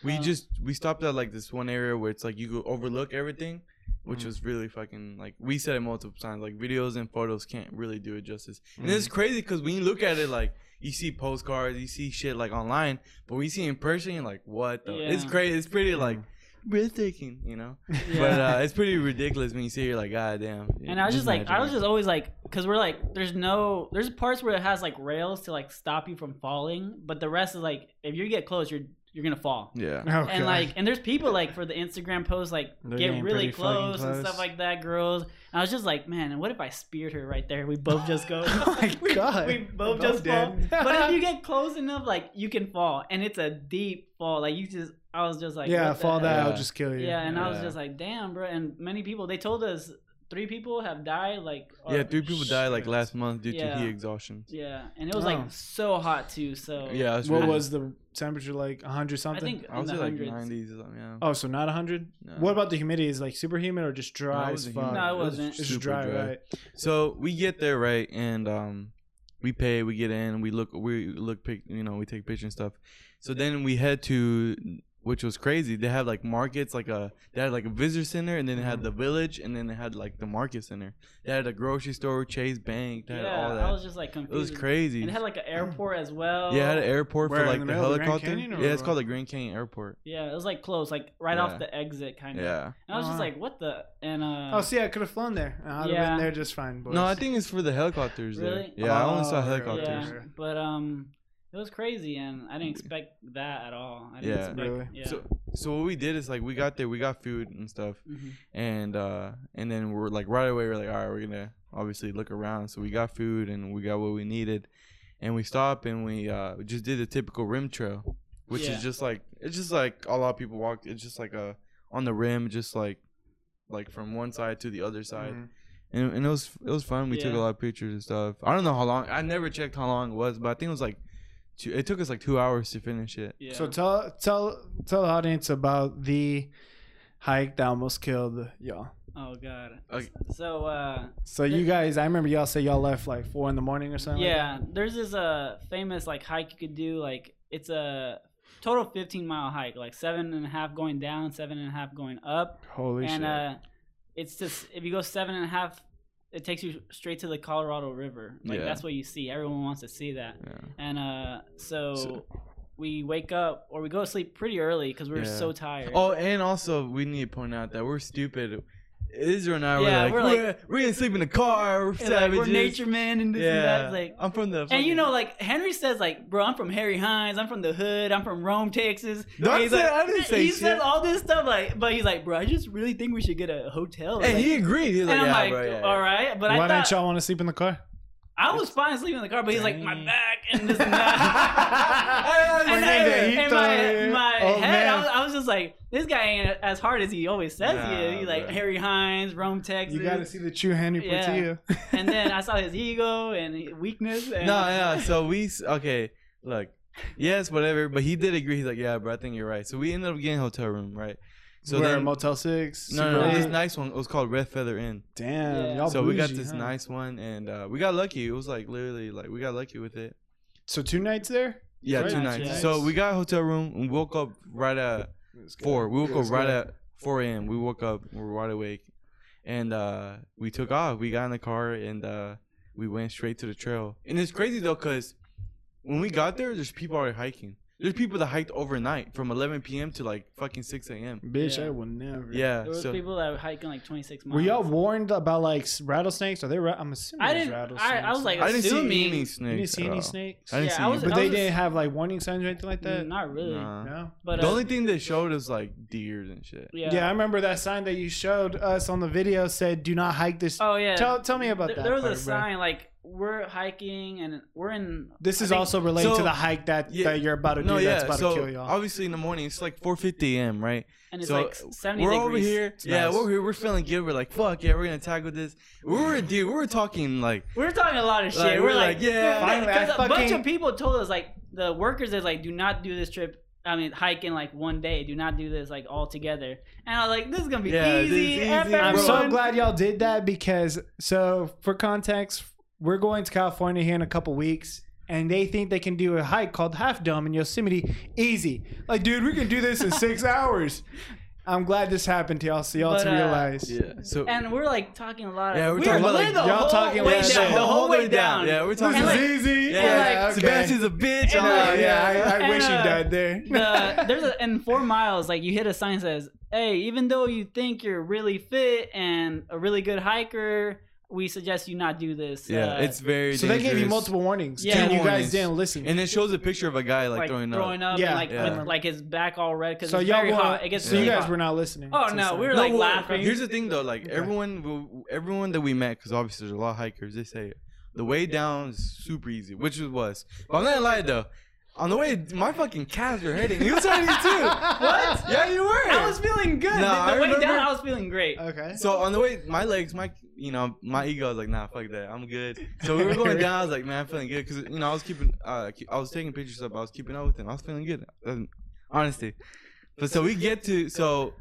[SPEAKER 2] We
[SPEAKER 3] Uh,
[SPEAKER 2] just we stopped at like this one area where it's like you could overlook everything, which
[SPEAKER 3] Mm.
[SPEAKER 1] Mhm.
[SPEAKER 2] was really fucking like we said it multiple times. Like videos and photos can't really do it justice, and it's
[SPEAKER 3] Mm.
[SPEAKER 2] crazy because when you look at it, like you see postcards, you see shit like online, but when you see it in person, you're like, what? The? It's
[SPEAKER 3] Yeah. Mm.
[SPEAKER 2] crazy. It's pretty like breathtaking, you know.
[SPEAKER 3] Yeah.
[SPEAKER 2] But uh, it's pretty ridiculous when you see it. You're like, god damn.
[SPEAKER 3] And I was just like, I was
[SPEAKER 2] imagine
[SPEAKER 3] just always like, because we're like, there's no, there's parts where it has like rails to like stop you from falling, but the rest is like, if you get close, you're you're gonna fall.
[SPEAKER 2] it. Yeah.
[SPEAKER 1] Oh, God.
[SPEAKER 3] And like, and there's people like for the Instagram posts like
[SPEAKER 1] They're
[SPEAKER 3] get
[SPEAKER 1] getting
[SPEAKER 3] really
[SPEAKER 1] pretty fucking
[SPEAKER 3] close, and
[SPEAKER 1] close.
[SPEAKER 3] stuff like that, girls. And I was just like, man, what if I speared her right there? We both just go.
[SPEAKER 1] Oh my
[SPEAKER 3] we,
[SPEAKER 1] God.
[SPEAKER 3] We
[SPEAKER 1] Both
[SPEAKER 3] both just fall.
[SPEAKER 1] dead.
[SPEAKER 3] But if you get close enough, like you can fall, and it's a deep fall. Like you just, I was just like,
[SPEAKER 1] yeah,
[SPEAKER 3] what the
[SPEAKER 1] fall
[SPEAKER 3] heck?
[SPEAKER 1] that, I'll
[SPEAKER 2] Yeah.
[SPEAKER 1] just kill you.
[SPEAKER 3] Yeah, and I was
[SPEAKER 2] Yeah.
[SPEAKER 3] just like, damn, bro. And many people, they told us three people have died. Like, or-
[SPEAKER 2] Yeah, three people died like
[SPEAKER 1] shit.
[SPEAKER 2] last month due
[SPEAKER 3] Yeah.
[SPEAKER 2] to heat exhaustion.
[SPEAKER 3] Yeah, and it was
[SPEAKER 1] Oh.
[SPEAKER 3] like so hot too. So
[SPEAKER 2] Yeah, it was
[SPEAKER 1] what
[SPEAKER 2] really-
[SPEAKER 1] was the temperature like? 100
[SPEAKER 3] I
[SPEAKER 1] something?
[SPEAKER 3] think
[SPEAKER 2] I
[SPEAKER 3] in
[SPEAKER 2] was
[SPEAKER 3] the
[SPEAKER 2] at, like
[SPEAKER 3] hundreds.
[SPEAKER 2] 90s or something. Yeah.
[SPEAKER 1] Oh, so not 100?
[SPEAKER 2] No.
[SPEAKER 1] What about the humidity? Is it, like super humid or just
[SPEAKER 2] No,
[SPEAKER 1] dry
[SPEAKER 2] it
[SPEAKER 1] as
[SPEAKER 2] wasn't
[SPEAKER 1] fuck?
[SPEAKER 2] humid.
[SPEAKER 3] No, it
[SPEAKER 2] was
[SPEAKER 3] wasn't.
[SPEAKER 1] It's just
[SPEAKER 2] super
[SPEAKER 1] dry, right?
[SPEAKER 2] So we get there right, and um, we pay, we get in, we look, we look, pic, you know, we take pictures and stuff. So then we head to, which was crazy. They had like markets, like a they had like a visitor center, and then they
[SPEAKER 3] Mm-hmm.
[SPEAKER 2] had the village, and then they had like the market center. They had a grocery store, Chase Bank, they had
[SPEAKER 3] Yeah,
[SPEAKER 2] all
[SPEAKER 3] I
[SPEAKER 2] that.
[SPEAKER 3] was just like
[SPEAKER 2] It
[SPEAKER 3] confused.
[SPEAKER 2] was crazy.
[SPEAKER 3] And it had like an airport as well.
[SPEAKER 2] yeah, it had an airport
[SPEAKER 1] Where,
[SPEAKER 2] for
[SPEAKER 1] in
[SPEAKER 2] like
[SPEAKER 1] the
[SPEAKER 2] the,
[SPEAKER 1] middle of the Grand
[SPEAKER 2] helicopter.
[SPEAKER 1] Canyon, or
[SPEAKER 2] yeah, it's
[SPEAKER 1] what?
[SPEAKER 2] called the Grand Canyon Airport.
[SPEAKER 3] Yeah, it was like close, like right
[SPEAKER 2] Yeah.
[SPEAKER 3] off the exit, kind of.
[SPEAKER 2] Yeah.
[SPEAKER 3] And I was
[SPEAKER 1] Oh,
[SPEAKER 3] just
[SPEAKER 1] wow.
[SPEAKER 3] like, what the? And uh,
[SPEAKER 1] Oh, see, I could have flown there. and I'd have
[SPEAKER 3] Yeah.
[SPEAKER 1] been there just fine, boys.
[SPEAKER 2] No, I think it's for the helicopters
[SPEAKER 3] Really?
[SPEAKER 2] there. Yeah, I only
[SPEAKER 1] Oh,
[SPEAKER 2] saw
[SPEAKER 1] yeah.
[SPEAKER 2] helicopters.
[SPEAKER 3] yeah, but um, it was crazy, and I didn't expect that at all. I didn't
[SPEAKER 2] Yeah.
[SPEAKER 3] expect,
[SPEAKER 1] Really?
[SPEAKER 3] yeah.
[SPEAKER 2] So so what we did is like we got there, we got food and stuff,
[SPEAKER 3] Mhm.
[SPEAKER 2] and uh and then we're like right away we're like all right, we're gonna obviously look around. So we got food and we got what we needed, and we stopped and we uh we just did the typical rim trail, which
[SPEAKER 3] Yeah.
[SPEAKER 2] is just like it's just like a lot of people walk. It's just like a on the rim, just like like from one side to the other side,
[SPEAKER 1] Mhm.
[SPEAKER 2] and, and it was it was fun. We took a
[SPEAKER 3] Mm-hmm. Yeah.
[SPEAKER 2] lot of pictures and stuff. I don't know how long. I never checked how long it was, but I think it was like. Two, it took us like two hours to finish it.
[SPEAKER 3] Yeah.
[SPEAKER 1] So tell tell tell the audience about the hike that almost killed y'all.
[SPEAKER 3] oh god.
[SPEAKER 2] Okay.
[SPEAKER 3] So uh.
[SPEAKER 1] So you guys, I remember y'all say y'all left like four in the morning or something. like
[SPEAKER 3] Yeah, there's this uh famous like hike you could do. Like it's a total 15 mile hike, like seven and a half going down, seven and a half going up,
[SPEAKER 1] that? Holy
[SPEAKER 3] and
[SPEAKER 1] shit!
[SPEAKER 3] uh, it's just if you go seven and a half, it takes you straight to the Colorado River. Like
[SPEAKER 2] Yeah.
[SPEAKER 3] that's what you see. Everyone wants to see that.
[SPEAKER 2] Yeah.
[SPEAKER 3] And uh, so,
[SPEAKER 2] So-
[SPEAKER 3] we wake up or we go to sleep pretty early because we were
[SPEAKER 2] Yeah.
[SPEAKER 3] so tired.
[SPEAKER 2] Oh, and also we need to point out that we're stupid. Israel and I were
[SPEAKER 3] Yeah,
[SPEAKER 2] like,
[SPEAKER 3] we're
[SPEAKER 2] we're,
[SPEAKER 3] like-
[SPEAKER 2] we're gonna sleep in the car. We're
[SPEAKER 3] And, like,
[SPEAKER 2] savages.
[SPEAKER 3] we're nature men and this and
[SPEAKER 2] yeah, Oh,
[SPEAKER 3] that. Like,
[SPEAKER 2] I'm from the.
[SPEAKER 3] and you know, like Henry says, like, bro, I'm from Harry Hines. I'm from the hood. I'm from Rome, Texas.
[SPEAKER 2] No, I
[SPEAKER 3] And he's
[SPEAKER 2] said-
[SPEAKER 3] like-
[SPEAKER 2] I didn't say
[SPEAKER 3] he says
[SPEAKER 2] shit.
[SPEAKER 3] all this stuff, like, but he's like, bro, I just really think we should get a hotel.
[SPEAKER 2] and
[SPEAKER 3] like-
[SPEAKER 2] he agreed. He's
[SPEAKER 3] and
[SPEAKER 2] like,
[SPEAKER 3] I'm
[SPEAKER 2] yeah,
[SPEAKER 3] like,
[SPEAKER 2] bro, yeah, yeah.
[SPEAKER 3] all right, but
[SPEAKER 1] Why
[SPEAKER 3] I thought
[SPEAKER 1] didn't y'all want to sleep in the car?
[SPEAKER 3] I was fine sleeping in the car, but he's like, my
[SPEAKER 1] Dang.
[SPEAKER 3] back and this and that. And,
[SPEAKER 1] Bring
[SPEAKER 3] I,
[SPEAKER 1] in the heat
[SPEAKER 3] and
[SPEAKER 1] though, yeah.
[SPEAKER 3] my, my
[SPEAKER 1] Oh,
[SPEAKER 3] head, I
[SPEAKER 1] man.
[SPEAKER 3] was, I was just like, this guy ain't as hard as he always says he is.
[SPEAKER 2] Nah,
[SPEAKER 3] He's like
[SPEAKER 2] bro.
[SPEAKER 3] Harry Hines, Rome, Texas.
[SPEAKER 1] You got to see the true Henry
[SPEAKER 3] Yeah.
[SPEAKER 1] Portillo.
[SPEAKER 3] and then I saw his ego and weakness. And
[SPEAKER 2] no, yeah. So we s- okay. Look, yes, whatever. But he did agree. He's like, yeah, bro, I think you're right. So we ended up getting a hotel room, right? So
[SPEAKER 1] So We're at
[SPEAKER 2] then, no,
[SPEAKER 1] Motel Six.
[SPEAKER 2] no, no,
[SPEAKER 1] Super
[SPEAKER 2] this
[SPEAKER 1] Eight.
[SPEAKER 2] nice one. It was called Red Feather Inn.
[SPEAKER 1] Damn,
[SPEAKER 3] Yeah.
[SPEAKER 1] y'all
[SPEAKER 2] so we got
[SPEAKER 1] bougie,
[SPEAKER 2] this
[SPEAKER 1] huh?
[SPEAKER 2] nice one, and uh, we got lucky. It was like literally like we got lucky with it.
[SPEAKER 1] So two nights there.
[SPEAKER 2] Yeah,
[SPEAKER 1] Right.
[SPEAKER 2] two
[SPEAKER 3] Nice,
[SPEAKER 2] nights.
[SPEAKER 3] yeah.
[SPEAKER 2] So we got a hotel room and woke up right at
[SPEAKER 1] Let's go.
[SPEAKER 2] four. We woke
[SPEAKER 1] Let's
[SPEAKER 2] up right
[SPEAKER 1] go.
[SPEAKER 2] at four a.m. We woke up, we were wide awake, and uh, we took off. We got in the car and uh, we went straight to the trail. And it's crazy though, cause when we got there, there's people already hiking. There's people that hiked overnight from 11 p.m. to like fucking 6 a.m.
[SPEAKER 1] Bitch,
[SPEAKER 3] Yeah.
[SPEAKER 1] I will never.
[SPEAKER 2] Yeah.
[SPEAKER 3] there was
[SPEAKER 2] So
[SPEAKER 3] people that were hiking like 26 miles.
[SPEAKER 1] Were y'all warned about like s- rattlesnakes? Are they? Ra- I'm assuming.
[SPEAKER 3] I
[SPEAKER 1] there's
[SPEAKER 3] didn't.
[SPEAKER 1] Rattlesnakes.
[SPEAKER 3] I, I was like,
[SPEAKER 2] I didn't see
[SPEAKER 3] assuming,
[SPEAKER 2] any
[SPEAKER 1] you
[SPEAKER 2] snakes.
[SPEAKER 1] didn't see
[SPEAKER 2] at
[SPEAKER 1] any
[SPEAKER 2] all.
[SPEAKER 1] snakes.
[SPEAKER 2] I didn't
[SPEAKER 3] Yeah,
[SPEAKER 2] see
[SPEAKER 3] I
[SPEAKER 2] any.
[SPEAKER 3] was-
[SPEAKER 1] But they
[SPEAKER 3] just-
[SPEAKER 1] didn't have like warning signs or anything like that.
[SPEAKER 3] Mm, Not really.
[SPEAKER 2] Nah.
[SPEAKER 1] No.
[SPEAKER 3] But
[SPEAKER 2] the
[SPEAKER 3] uh,
[SPEAKER 2] only thing they showed is like deers and shit.
[SPEAKER 3] yeah.
[SPEAKER 1] Yeah, I remember that sign that you showed us on the video said, "Do not hike this."
[SPEAKER 3] Oh yeah.
[SPEAKER 1] Tell tell me about
[SPEAKER 3] there,
[SPEAKER 1] that.
[SPEAKER 3] there was
[SPEAKER 1] part,
[SPEAKER 3] a
[SPEAKER 1] bro.
[SPEAKER 3] sign like we're hiking and we're in.
[SPEAKER 1] This
[SPEAKER 3] I
[SPEAKER 1] is
[SPEAKER 3] think-
[SPEAKER 1] also related
[SPEAKER 2] So-
[SPEAKER 1] to the hike that,
[SPEAKER 2] Yeah.
[SPEAKER 1] that you're about to do.
[SPEAKER 2] No,
[SPEAKER 1] that's
[SPEAKER 2] yeah.
[SPEAKER 1] about
[SPEAKER 2] So
[SPEAKER 1] to kill y'all.
[SPEAKER 2] obviously in the morning it's like 4:50 a.m. Right?
[SPEAKER 3] and it's
[SPEAKER 2] so,
[SPEAKER 3] like 70
[SPEAKER 2] we're
[SPEAKER 3] degrees.
[SPEAKER 2] over here. yeah,
[SPEAKER 1] nice.
[SPEAKER 2] we're here. We're feeling good. We're like, fuck yeah, we're gonna tackle this. We were, dude, we were talking like,
[SPEAKER 3] We're talking a lot of shit.
[SPEAKER 2] Like,
[SPEAKER 3] we're,
[SPEAKER 2] we're
[SPEAKER 3] like,
[SPEAKER 2] like, yeah,
[SPEAKER 1] finally, I
[SPEAKER 3] because a bunch
[SPEAKER 1] fucking-
[SPEAKER 3] of people told us like the workers is like, do not do this trip. I mean, hike in like one day. Do not do this like all together. And I was like, this is gonna be
[SPEAKER 2] Yeah, this is
[SPEAKER 3] easy.
[SPEAKER 2] easy,
[SPEAKER 3] F
[SPEAKER 1] I'm so
[SPEAKER 3] everyone.
[SPEAKER 1] glad y'all did that because so for context, we're going to California here in a couple weeks. And they think they can do a hike called Half Dome in Yosemite easy. Like, dude, we can do this in six hours. I'm glad this happened to y'all, so y'all
[SPEAKER 3] But,
[SPEAKER 1] to
[SPEAKER 3] uh,
[SPEAKER 1] realize.
[SPEAKER 2] yeah. So
[SPEAKER 3] And we're like talking a lot. Of,
[SPEAKER 2] Yeah, we're
[SPEAKER 3] we
[SPEAKER 2] talking
[SPEAKER 3] were
[SPEAKER 2] about, like,
[SPEAKER 3] lit the
[SPEAKER 1] y'all
[SPEAKER 3] whole
[SPEAKER 1] talking
[SPEAKER 3] way
[SPEAKER 1] about
[SPEAKER 3] down,
[SPEAKER 1] shit.
[SPEAKER 3] the whole way down.
[SPEAKER 2] Yeah, we're
[SPEAKER 1] This
[SPEAKER 2] talking.
[SPEAKER 1] is
[SPEAKER 3] like-
[SPEAKER 1] easy.
[SPEAKER 2] yeah,
[SPEAKER 3] like,
[SPEAKER 1] okay.
[SPEAKER 2] Sebastian's a bitch.
[SPEAKER 3] and
[SPEAKER 2] I'm
[SPEAKER 1] Oh,
[SPEAKER 3] like-
[SPEAKER 1] yeah, I, I
[SPEAKER 3] and,
[SPEAKER 1] wish
[SPEAKER 3] uh,
[SPEAKER 1] he died there.
[SPEAKER 3] the there's a, in four miles like you hit a sign that says hey even though you think you're really fit and a really good hiker we suggest you not do this
[SPEAKER 2] yeah,
[SPEAKER 3] uh,
[SPEAKER 2] it's very.
[SPEAKER 1] so they gave you
[SPEAKER 2] dangerous.
[SPEAKER 1] multiple warnings.
[SPEAKER 3] Yeah.
[SPEAKER 1] and
[SPEAKER 3] Two
[SPEAKER 1] you guys
[SPEAKER 2] warnings.
[SPEAKER 1] didn't listen.
[SPEAKER 2] And it shows a picture of a guy like, throwing, up.
[SPEAKER 3] up
[SPEAKER 1] Yeah,
[SPEAKER 3] and like
[SPEAKER 2] yeah.
[SPEAKER 3] with like his back all red because
[SPEAKER 1] so
[SPEAKER 3] it's
[SPEAKER 1] y'all
[SPEAKER 3] very
[SPEAKER 1] were,
[SPEAKER 3] hot it gets
[SPEAKER 1] so
[SPEAKER 3] really
[SPEAKER 1] you guys
[SPEAKER 3] hot.
[SPEAKER 1] were not listening.
[SPEAKER 3] Oh,
[SPEAKER 1] to
[SPEAKER 3] no,
[SPEAKER 1] some-
[SPEAKER 3] we were, like,
[SPEAKER 2] well,
[SPEAKER 3] laughing.
[SPEAKER 2] Here's the thing though, like
[SPEAKER 1] Okay.
[SPEAKER 2] everyone, everyone that we met, because obviously there's a lot of hikers. They say the way down is super easy, which it was. But I'm not gonna lie though. On the way, my fucking calves were hurting. You was hurting too.
[SPEAKER 3] what
[SPEAKER 2] Yeah, you were.
[SPEAKER 3] I was feeling good.
[SPEAKER 2] No, I
[SPEAKER 3] the way down,
[SPEAKER 2] remember-
[SPEAKER 3] I was feeling great.
[SPEAKER 1] Okay.
[SPEAKER 2] So on the way, my legs, my you know, my ego was like, nah, fuck that, I'm good. So we were going down. I was like, man, I'm feeling good because you know I was keeping, uh, ke- I was taking pictures up. I was keeping up with him. I was feeling good, um, honestly. But so we get to so,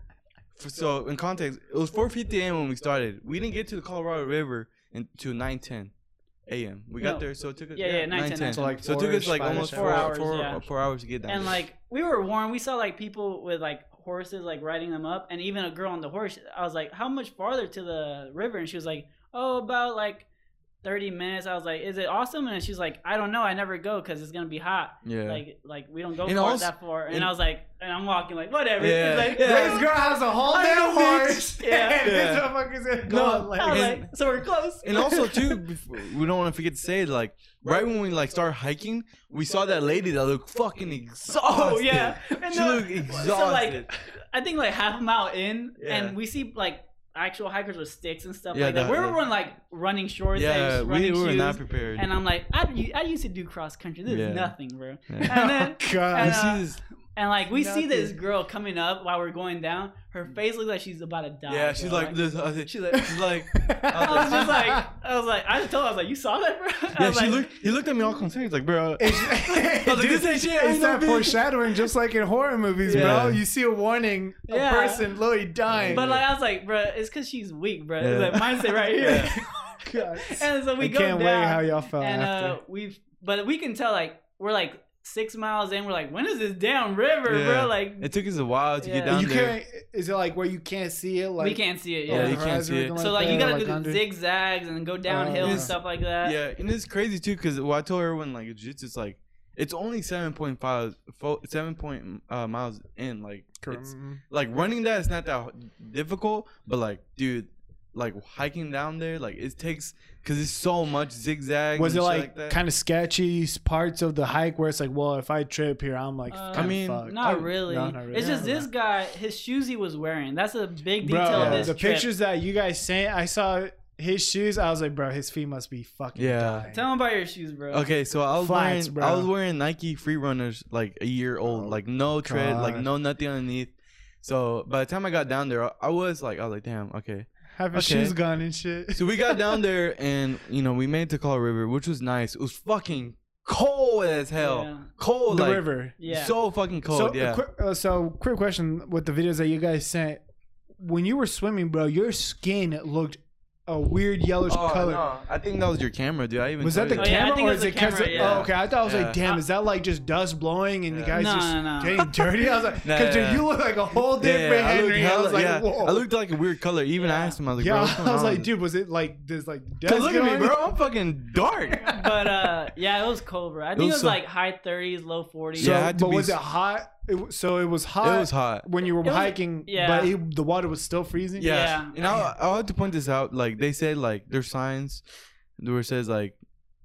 [SPEAKER 2] for, so in context, it was 4:50 a.m. when we started. We didn't get to the Colorado River until 9:10 a.m. We got
[SPEAKER 3] No.
[SPEAKER 2] there, so it took us
[SPEAKER 3] Yeah, yeah, 9:10,
[SPEAKER 1] So like
[SPEAKER 2] So it took us
[SPEAKER 1] four-ish,
[SPEAKER 2] like
[SPEAKER 1] five-ish
[SPEAKER 2] almost
[SPEAKER 3] four
[SPEAKER 2] four
[SPEAKER 3] hours,
[SPEAKER 2] hours, four,
[SPEAKER 3] yeah.
[SPEAKER 2] four hours to get down.
[SPEAKER 3] And
[SPEAKER 2] there.
[SPEAKER 3] like we were warm. We saw like people with like horses like riding them up, and even a girl on the horse. I was like, "How much farther to the river?" And she was like, "Oh, about like 30 minutes." I was like, "Is it awesome?" And she's like, "I don't know. I never go because it's gonna be hot.
[SPEAKER 2] yeah.
[SPEAKER 3] Like like we don't go
[SPEAKER 2] And
[SPEAKER 3] far
[SPEAKER 2] also-
[SPEAKER 3] that far." And,
[SPEAKER 2] and-
[SPEAKER 3] I was like, "And I'm walking like whatever."
[SPEAKER 2] Yeah.
[SPEAKER 3] It's like,
[SPEAKER 2] Yeah.
[SPEAKER 1] This girl has a whole
[SPEAKER 3] I
[SPEAKER 1] damn
[SPEAKER 3] know, bitch.
[SPEAKER 1] horse.
[SPEAKER 3] Yeah.
[SPEAKER 1] and this
[SPEAKER 2] Yeah.
[SPEAKER 1] motherfucker's gonna
[SPEAKER 2] No,
[SPEAKER 1] go out like-
[SPEAKER 3] I was
[SPEAKER 2] And-
[SPEAKER 3] like, "So we're close."
[SPEAKER 2] and also too, bef- we don't want to forget to say like right when we like started hiking, we saw that lady that looked fucking exhausted.
[SPEAKER 3] Oh yeah, and
[SPEAKER 2] she
[SPEAKER 3] the-
[SPEAKER 2] looked exhausted.
[SPEAKER 3] I think like half a mile in,
[SPEAKER 2] Yeah.
[SPEAKER 3] and we see like actual hikers with sticks and stuff
[SPEAKER 2] Yeah,
[SPEAKER 3] like that.
[SPEAKER 2] the-
[SPEAKER 3] We're
[SPEAKER 2] the-
[SPEAKER 3] wearing like running shorts,
[SPEAKER 2] yeah,
[SPEAKER 3] and
[SPEAKER 2] we,
[SPEAKER 3] running
[SPEAKER 2] we were
[SPEAKER 3] shoes,
[SPEAKER 2] not prepared.
[SPEAKER 3] and I'm like, I, u- I used to do cross country. This
[SPEAKER 2] Yeah.
[SPEAKER 3] is nothing, bro.
[SPEAKER 2] Yeah.
[SPEAKER 3] And then
[SPEAKER 1] God.
[SPEAKER 2] This
[SPEAKER 3] uh,
[SPEAKER 2] is-
[SPEAKER 3] and like we see this
[SPEAKER 1] Nothing.
[SPEAKER 3] girl coming up while we're going down. Her face looks like she's about to die.
[SPEAKER 2] Mm. yeah, she's
[SPEAKER 3] bro.
[SPEAKER 2] like this. I was-
[SPEAKER 3] she's like.
[SPEAKER 2] she's like.
[SPEAKER 3] I was just like, I was like, I just told her, I was like, you saw that, bro? I
[SPEAKER 2] Yeah,
[SPEAKER 3] was
[SPEAKER 2] she
[SPEAKER 3] like,
[SPEAKER 2] looked. He looked at me all concerned. He's like, bro.
[SPEAKER 1] It's,
[SPEAKER 2] I was like, this ain't shit.
[SPEAKER 1] it's
[SPEAKER 2] ain't no
[SPEAKER 1] that
[SPEAKER 2] bitch.
[SPEAKER 1] foreshadowing, just like in horror movies, bro.
[SPEAKER 2] Yeah.
[SPEAKER 1] You see a warning, a
[SPEAKER 3] Yeah.
[SPEAKER 1] person literally dying.
[SPEAKER 3] But like, I was like, bro, it's because she's weak, bro.
[SPEAKER 2] Yeah.
[SPEAKER 3] It's like mindset right here.
[SPEAKER 2] Yeah.
[SPEAKER 1] God.
[SPEAKER 3] And so we
[SPEAKER 1] I
[SPEAKER 3] go
[SPEAKER 1] can't
[SPEAKER 3] down.
[SPEAKER 1] wait how y'all felt
[SPEAKER 3] and uh,
[SPEAKER 1] after.
[SPEAKER 3] we've but we can tell like we're like six miles in we're like when is this down river
[SPEAKER 2] Yeah.
[SPEAKER 3] bro like
[SPEAKER 2] It took us a while to
[SPEAKER 3] Yeah.
[SPEAKER 2] get down
[SPEAKER 1] you
[SPEAKER 2] there.
[SPEAKER 1] can't. Is it like where you can't see it? Like
[SPEAKER 3] we can't see it.
[SPEAKER 1] over
[SPEAKER 2] Yeah,
[SPEAKER 1] the
[SPEAKER 2] you
[SPEAKER 3] Yeah.
[SPEAKER 2] can't
[SPEAKER 1] horizon
[SPEAKER 2] see
[SPEAKER 1] or
[SPEAKER 2] it.
[SPEAKER 1] anything
[SPEAKER 3] So like you
[SPEAKER 1] that, or,
[SPEAKER 3] gotta do
[SPEAKER 1] under?
[SPEAKER 3] zigzags and go downhill and
[SPEAKER 2] Uh, yeah.
[SPEAKER 3] stuff like that.
[SPEAKER 2] yeah, and it's crazy too because well, I told everyone like jiu-jitsu, it's like it's only seven point five, fo- seven point uh, miles in. Like it's,
[SPEAKER 1] Mm,
[SPEAKER 2] like running that, it's not that h- difficult, but like dude, like hiking down there, like it takes because it's so much zigzag.
[SPEAKER 1] Was it
[SPEAKER 2] and shit
[SPEAKER 1] like,
[SPEAKER 2] that.
[SPEAKER 1] kind of sketchy parts of the hike where it's like, well, if I trip here, I'm like,
[SPEAKER 3] Uh,
[SPEAKER 1] kinda
[SPEAKER 2] I mean,
[SPEAKER 1] fucked.
[SPEAKER 3] Not,
[SPEAKER 2] Oh,
[SPEAKER 3] really.
[SPEAKER 1] no, not really.
[SPEAKER 3] It's just
[SPEAKER 1] Yeah.
[SPEAKER 3] this guy, his shoes he was wearing. That's a big
[SPEAKER 1] bro,
[SPEAKER 3] detail of
[SPEAKER 2] yeah.
[SPEAKER 3] this
[SPEAKER 1] the
[SPEAKER 3] trip.
[SPEAKER 1] pictures that you guys sent, I saw his shoes. I was like, bro, his feet must be fucking
[SPEAKER 2] Yeah.
[SPEAKER 1] dying.
[SPEAKER 3] Tell him about your shoes, bro.
[SPEAKER 2] Okay, so I was
[SPEAKER 1] Flats,
[SPEAKER 2] wearing
[SPEAKER 1] bro.
[SPEAKER 2] I was wearing Nike Free Runners like a year old,
[SPEAKER 1] Oh,
[SPEAKER 2] like no tread, like
[SPEAKER 1] God.
[SPEAKER 2] no nothing underneath. So by the time I got down there, I, I was like, I was like, damn, okay.
[SPEAKER 1] Have his
[SPEAKER 2] Okay.
[SPEAKER 1] shoes gone and shit.
[SPEAKER 2] So we got down there, and you know we made it to Colorado River, which was nice. It was fucking cold as hell,
[SPEAKER 3] Yeah.
[SPEAKER 2] cold
[SPEAKER 1] the
[SPEAKER 2] like
[SPEAKER 1] river.
[SPEAKER 3] Yeah.
[SPEAKER 2] so fucking cold.
[SPEAKER 1] so,
[SPEAKER 2] yeah,
[SPEAKER 1] quick, uh, so quick question with the videos that you guys sent. When you were swimming, bro, your skin looked a weird yellowish
[SPEAKER 2] Oh,
[SPEAKER 1] color.
[SPEAKER 2] no, I think that was your camera, dude. I even
[SPEAKER 1] Was that the
[SPEAKER 2] told
[SPEAKER 3] Oh,
[SPEAKER 2] you.
[SPEAKER 3] yeah, I
[SPEAKER 1] camera
[SPEAKER 3] think
[SPEAKER 1] or
[SPEAKER 3] it
[SPEAKER 1] is
[SPEAKER 3] was
[SPEAKER 1] it
[SPEAKER 3] the camera,
[SPEAKER 1] because?
[SPEAKER 3] yeah.
[SPEAKER 1] Oh, okay. I thought I was like,
[SPEAKER 2] Yeah.
[SPEAKER 1] damn, is that like just dust blowing and the
[SPEAKER 2] Yeah.
[SPEAKER 1] guys
[SPEAKER 3] No,
[SPEAKER 1] just
[SPEAKER 3] no, no.
[SPEAKER 1] getting dirty? I was like,
[SPEAKER 2] Nah,
[SPEAKER 1] because
[SPEAKER 2] nah,
[SPEAKER 1] dude,
[SPEAKER 2] nah.
[SPEAKER 1] you look like a whole
[SPEAKER 2] Yeah,
[SPEAKER 1] different
[SPEAKER 2] I looked
[SPEAKER 1] Henry. I,
[SPEAKER 2] hella-
[SPEAKER 1] was like,
[SPEAKER 2] yeah,
[SPEAKER 1] whoa.
[SPEAKER 2] I looked like a weird color. Even I
[SPEAKER 3] Yeah.
[SPEAKER 2] asked him, I was like,
[SPEAKER 1] yeah,
[SPEAKER 2] bro, what's
[SPEAKER 1] I
[SPEAKER 2] going
[SPEAKER 1] was like,
[SPEAKER 2] on?
[SPEAKER 1] dude, was it like this like dust?
[SPEAKER 2] 'Cause look at
[SPEAKER 1] going on?
[SPEAKER 2] me, bro. I'm fucking dark.
[SPEAKER 3] But uh, yeah, it was cold, bro. I think it
[SPEAKER 2] was
[SPEAKER 3] was,
[SPEAKER 2] so-
[SPEAKER 3] like high thirties, low forties.
[SPEAKER 1] So,
[SPEAKER 2] Yeah, it had to
[SPEAKER 1] but
[SPEAKER 2] be
[SPEAKER 1] was it
[SPEAKER 2] s-
[SPEAKER 1] hot? It, w- so it was hot.
[SPEAKER 2] it was hot.
[SPEAKER 1] when you were
[SPEAKER 3] It was-
[SPEAKER 1] hiking.
[SPEAKER 3] yeah.
[SPEAKER 1] but it, the water was still freezing.
[SPEAKER 2] Yeah.
[SPEAKER 3] Yeah.
[SPEAKER 2] And I I had to point this out. Like they said, like their signs where it says like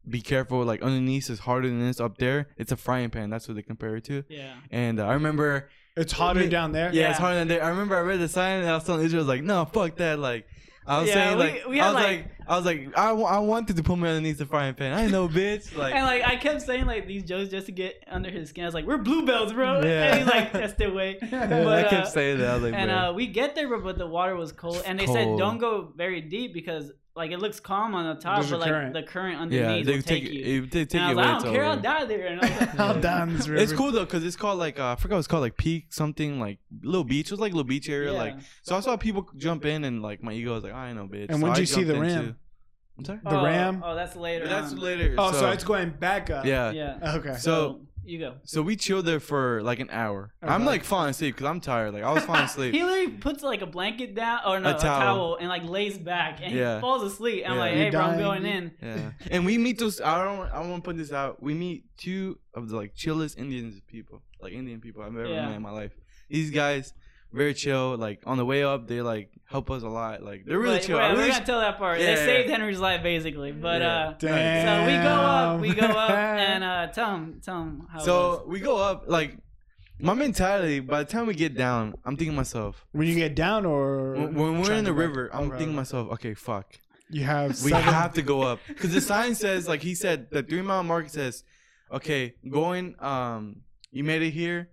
[SPEAKER 2] be careful. Like underneath is harder than this. Up there, it's a frying pan. That's what they compare it to.
[SPEAKER 3] yeah.
[SPEAKER 2] And uh, I remember,
[SPEAKER 1] it's hotter
[SPEAKER 2] Yeah.
[SPEAKER 1] down there.
[SPEAKER 2] yeah, it's harder than there. I remember I read the sign and I was telling Israel I was like, no, fuck that. Like I was
[SPEAKER 3] Yeah,
[SPEAKER 2] saying,
[SPEAKER 3] we-
[SPEAKER 2] like
[SPEAKER 3] we
[SPEAKER 2] I was
[SPEAKER 3] had,
[SPEAKER 2] like,
[SPEAKER 3] like-
[SPEAKER 2] I was like, I, wa- I wanted to put me underneath the frying pan. I know, bitch. Like,
[SPEAKER 3] And like I kept saying like these jokes just to get under his skin. I was like, "We're bluebells, bro."
[SPEAKER 2] Yeah.
[SPEAKER 3] And he's like, "That's the way."
[SPEAKER 2] yeah, I
[SPEAKER 3] but,
[SPEAKER 2] kept
[SPEAKER 3] uh,
[SPEAKER 2] saying that. I was like,
[SPEAKER 3] And
[SPEAKER 2] "Bro."
[SPEAKER 3] uh, we get there, bro, but the water was cold.
[SPEAKER 2] It's
[SPEAKER 3] And they
[SPEAKER 2] cold.
[SPEAKER 3] said don't go very deep because like it looks calm on the top,
[SPEAKER 1] There's a
[SPEAKER 3] but like
[SPEAKER 1] current.
[SPEAKER 3] the current
[SPEAKER 2] yeah,
[SPEAKER 3] underneath
[SPEAKER 2] they
[SPEAKER 3] will
[SPEAKER 2] take
[SPEAKER 3] take,
[SPEAKER 2] it.
[SPEAKER 3] you.
[SPEAKER 2] They take
[SPEAKER 3] And I
[SPEAKER 2] it
[SPEAKER 3] was like,
[SPEAKER 2] away,
[SPEAKER 3] I
[SPEAKER 2] it's
[SPEAKER 3] don't care, I'll
[SPEAKER 2] over."
[SPEAKER 3] die there. And I was like,
[SPEAKER 1] How
[SPEAKER 2] Yeah.
[SPEAKER 1] down this river.
[SPEAKER 2] It's cool though, cause it's called like uh, I forgot it's called like peak something like little beach. It was like little beach area.
[SPEAKER 3] Yeah.
[SPEAKER 2] Like so, I saw people jump in and like my ego was like, I know, bitch.
[SPEAKER 1] And
[SPEAKER 2] So
[SPEAKER 1] when'd
[SPEAKER 2] I
[SPEAKER 1] you see
[SPEAKER 2] jumped
[SPEAKER 1] the
[SPEAKER 2] in,
[SPEAKER 1] ram?
[SPEAKER 2] too. I'm sorry.
[SPEAKER 1] The
[SPEAKER 3] oh,
[SPEAKER 1] ram?
[SPEAKER 3] Oh, that's later.
[SPEAKER 2] But that's
[SPEAKER 3] on.
[SPEAKER 2] later.
[SPEAKER 1] Oh, so, it's going back up.
[SPEAKER 2] yeah.
[SPEAKER 3] Yeah.
[SPEAKER 1] Okay.
[SPEAKER 2] So-
[SPEAKER 3] you go.
[SPEAKER 2] So we chilled there for like an hour. I'm
[SPEAKER 1] Okay.
[SPEAKER 2] like falling asleep because I'm tired. Like I was falling asleep.
[SPEAKER 3] He literally puts like a blanket down or no,
[SPEAKER 2] A
[SPEAKER 3] a,
[SPEAKER 2] towel.
[SPEAKER 3] towel. and like lays back and
[SPEAKER 2] Yeah.
[SPEAKER 3] he falls asleep. I'm
[SPEAKER 2] Yeah.
[SPEAKER 3] like,
[SPEAKER 1] You
[SPEAKER 3] hey, bro, I'm
[SPEAKER 1] dying,
[SPEAKER 3] going
[SPEAKER 1] dude.
[SPEAKER 3] in.
[SPEAKER 2] yeah. And we meet those. I don't. I want to put this out. We meet two of the like chillest Indians people, like Indian people I've ever
[SPEAKER 3] Yeah.
[SPEAKER 2] met in my life. These guys. Very chill. Like on the way up, they like help us a lot. Like they're really
[SPEAKER 3] But
[SPEAKER 2] chill.
[SPEAKER 3] We're,
[SPEAKER 2] I
[SPEAKER 3] we're
[SPEAKER 2] really
[SPEAKER 3] gonna tell that part.
[SPEAKER 2] Yeah,
[SPEAKER 3] they
[SPEAKER 2] yeah.
[SPEAKER 3] saved Henry's life basically. But
[SPEAKER 2] Yeah.
[SPEAKER 3] uh,
[SPEAKER 1] Damn.
[SPEAKER 3] so we go up, we go up, and uh, tell him, tell him how. it was.
[SPEAKER 2] So we go up, like my mentality. By the time we get down, I'm thinking myself.
[SPEAKER 1] when you get down, or
[SPEAKER 2] When, when we're
[SPEAKER 1] trying
[SPEAKER 2] in the
[SPEAKER 1] to go-
[SPEAKER 2] river, I'm
[SPEAKER 1] Okay,
[SPEAKER 2] thinking
[SPEAKER 1] okay.
[SPEAKER 2] myself, okay, fuck,
[SPEAKER 1] you have
[SPEAKER 2] we
[SPEAKER 1] seven-
[SPEAKER 2] have to go up because the sign says, like he said, the three mile mark says, okay, going, um, you made it here.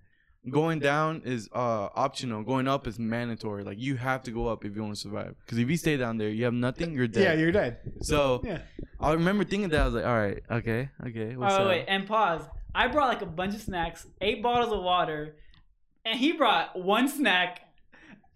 [SPEAKER 2] Going down is uh optional. Going up is mandatory. Like you have to go up if you want to survive. Because if you stay down there, you have nothing. You're
[SPEAKER 1] Yeah,
[SPEAKER 2] dead.
[SPEAKER 1] you're dead.
[SPEAKER 2] so
[SPEAKER 1] Yeah.
[SPEAKER 2] I remember thinking that I was like, all right, okay, okay. What's
[SPEAKER 3] Oh
[SPEAKER 2] up?
[SPEAKER 3] wait, and pause. I brought like a bunch of snacks, eight bottles of water, and he brought one snack,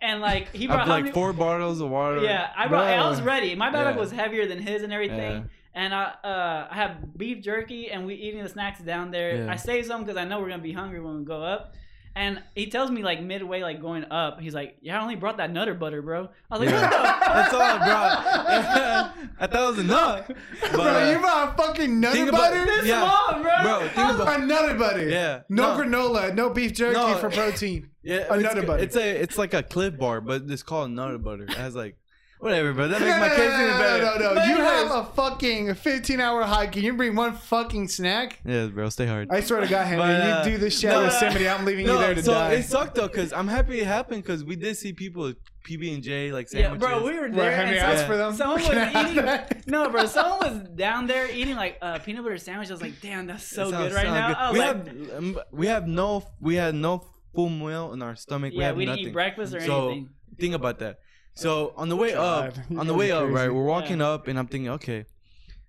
[SPEAKER 3] and like he
[SPEAKER 2] I
[SPEAKER 3] brought
[SPEAKER 2] have
[SPEAKER 3] how
[SPEAKER 2] like
[SPEAKER 3] many-
[SPEAKER 2] four bottles of water.
[SPEAKER 3] Yeah, I brought. I
[SPEAKER 1] Bro.
[SPEAKER 3] was ready. My backpack
[SPEAKER 2] Yeah.
[SPEAKER 3] was heavier than his and everything.
[SPEAKER 2] Yeah.
[SPEAKER 3] And I, uh, I have beef jerky, and we eating the snacks down there.
[SPEAKER 2] Yeah.
[SPEAKER 3] I save some because I know we're gonna be hungry when we go up. And he tells me like midway, like going up, he's like, "Yeah, I only brought that nutter butter, bro." I was like,
[SPEAKER 2] Yeah.
[SPEAKER 3] "What the?"
[SPEAKER 2] That's all I brought. I thought it was enough. But,
[SPEAKER 1] bro, you
[SPEAKER 2] uh,
[SPEAKER 1] brought fucking
[SPEAKER 2] think
[SPEAKER 1] nut
[SPEAKER 2] about-
[SPEAKER 1] butter.
[SPEAKER 3] This
[SPEAKER 2] Yeah.
[SPEAKER 3] small, bro.
[SPEAKER 2] Bro, think
[SPEAKER 1] How
[SPEAKER 2] about-
[SPEAKER 1] about nut butter.
[SPEAKER 2] Yeah.
[SPEAKER 1] No,
[SPEAKER 2] No.
[SPEAKER 1] granola. No beef jerky
[SPEAKER 2] No.
[SPEAKER 1] for protein.
[SPEAKER 2] yeah,
[SPEAKER 1] a
[SPEAKER 2] it's,
[SPEAKER 1] Nutter Butter.
[SPEAKER 2] It's a it's like a clip bar, but it's called Nutter Butter. It has like whatever, bro. That makes
[SPEAKER 1] no,
[SPEAKER 2] my
[SPEAKER 1] no,
[SPEAKER 2] case
[SPEAKER 1] no,
[SPEAKER 2] even
[SPEAKER 1] no,
[SPEAKER 2] better.
[SPEAKER 1] no, no, no.
[SPEAKER 3] But
[SPEAKER 1] You
[SPEAKER 3] anyways-
[SPEAKER 1] have a fucking 15 hour hike and you bring one fucking snack?
[SPEAKER 2] Yeah, bro, stay hard.
[SPEAKER 1] I swear to God, Henry,
[SPEAKER 2] But, uh,
[SPEAKER 1] you do this shit
[SPEAKER 2] no,
[SPEAKER 1] at
[SPEAKER 2] no.
[SPEAKER 1] Yosemite, I'm leaving you there to
[SPEAKER 2] so
[SPEAKER 1] die.
[SPEAKER 2] it sucked though, cause I'm happy it happened, cause we did see people with PB and J like
[SPEAKER 3] Yeah,
[SPEAKER 2] sandwiches.
[SPEAKER 3] bro, we were
[SPEAKER 1] Where
[SPEAKER 3] there. and
[SPEAKER 1] Henry
[SPEAKER 3] so-
[SPEAKER 1] asked for them.
[SPEAKER 3] Someone
[SPEAKER 1] Can I
[SPEAKER 3] was
[SPEAKER 1] have
[SPEAKER 3] eating.
[SPEAKER 1] that?
[SPEAKER 3] No, bro, someone was down there eating like a peanut butter sandwich. I was like, "Damn, that's so
[SPEAKER 2] It sounds-
[SPEAKER 3] good right
[SPEAKER 2] sounds
[SPEAKER 3] now." I was
[SPEAKER 2] we
[SPEAKER 3] like,
[SPEAKER 2] have um, we have no we had no full meal in our stomach. we
[SPEAKER 3] "Yeah,
[SPEAKER 2] have
[SPEAKER 3] we, didn't
[SPEAKER 2] nothing.
[SPEAKER 3] eat breakfast or
[SPEAKER 2] So-
[SPEAKER 3] anything."
[SPEAKER 2] Think about that. So on the way
[SPEAKER 1] God,
[SPEAKER 2] up,
[SPEAKER 1] you
[SPEAKER 2] on the
[SPEAKER 1] guys
[SPEAKER 2] way
[SPEAKER 1] are
[SPEAKER 2] up, right?
[SPEAKER 1] crazy.
[SPEAKER 2] We're walking up, and I'm thinking, okay,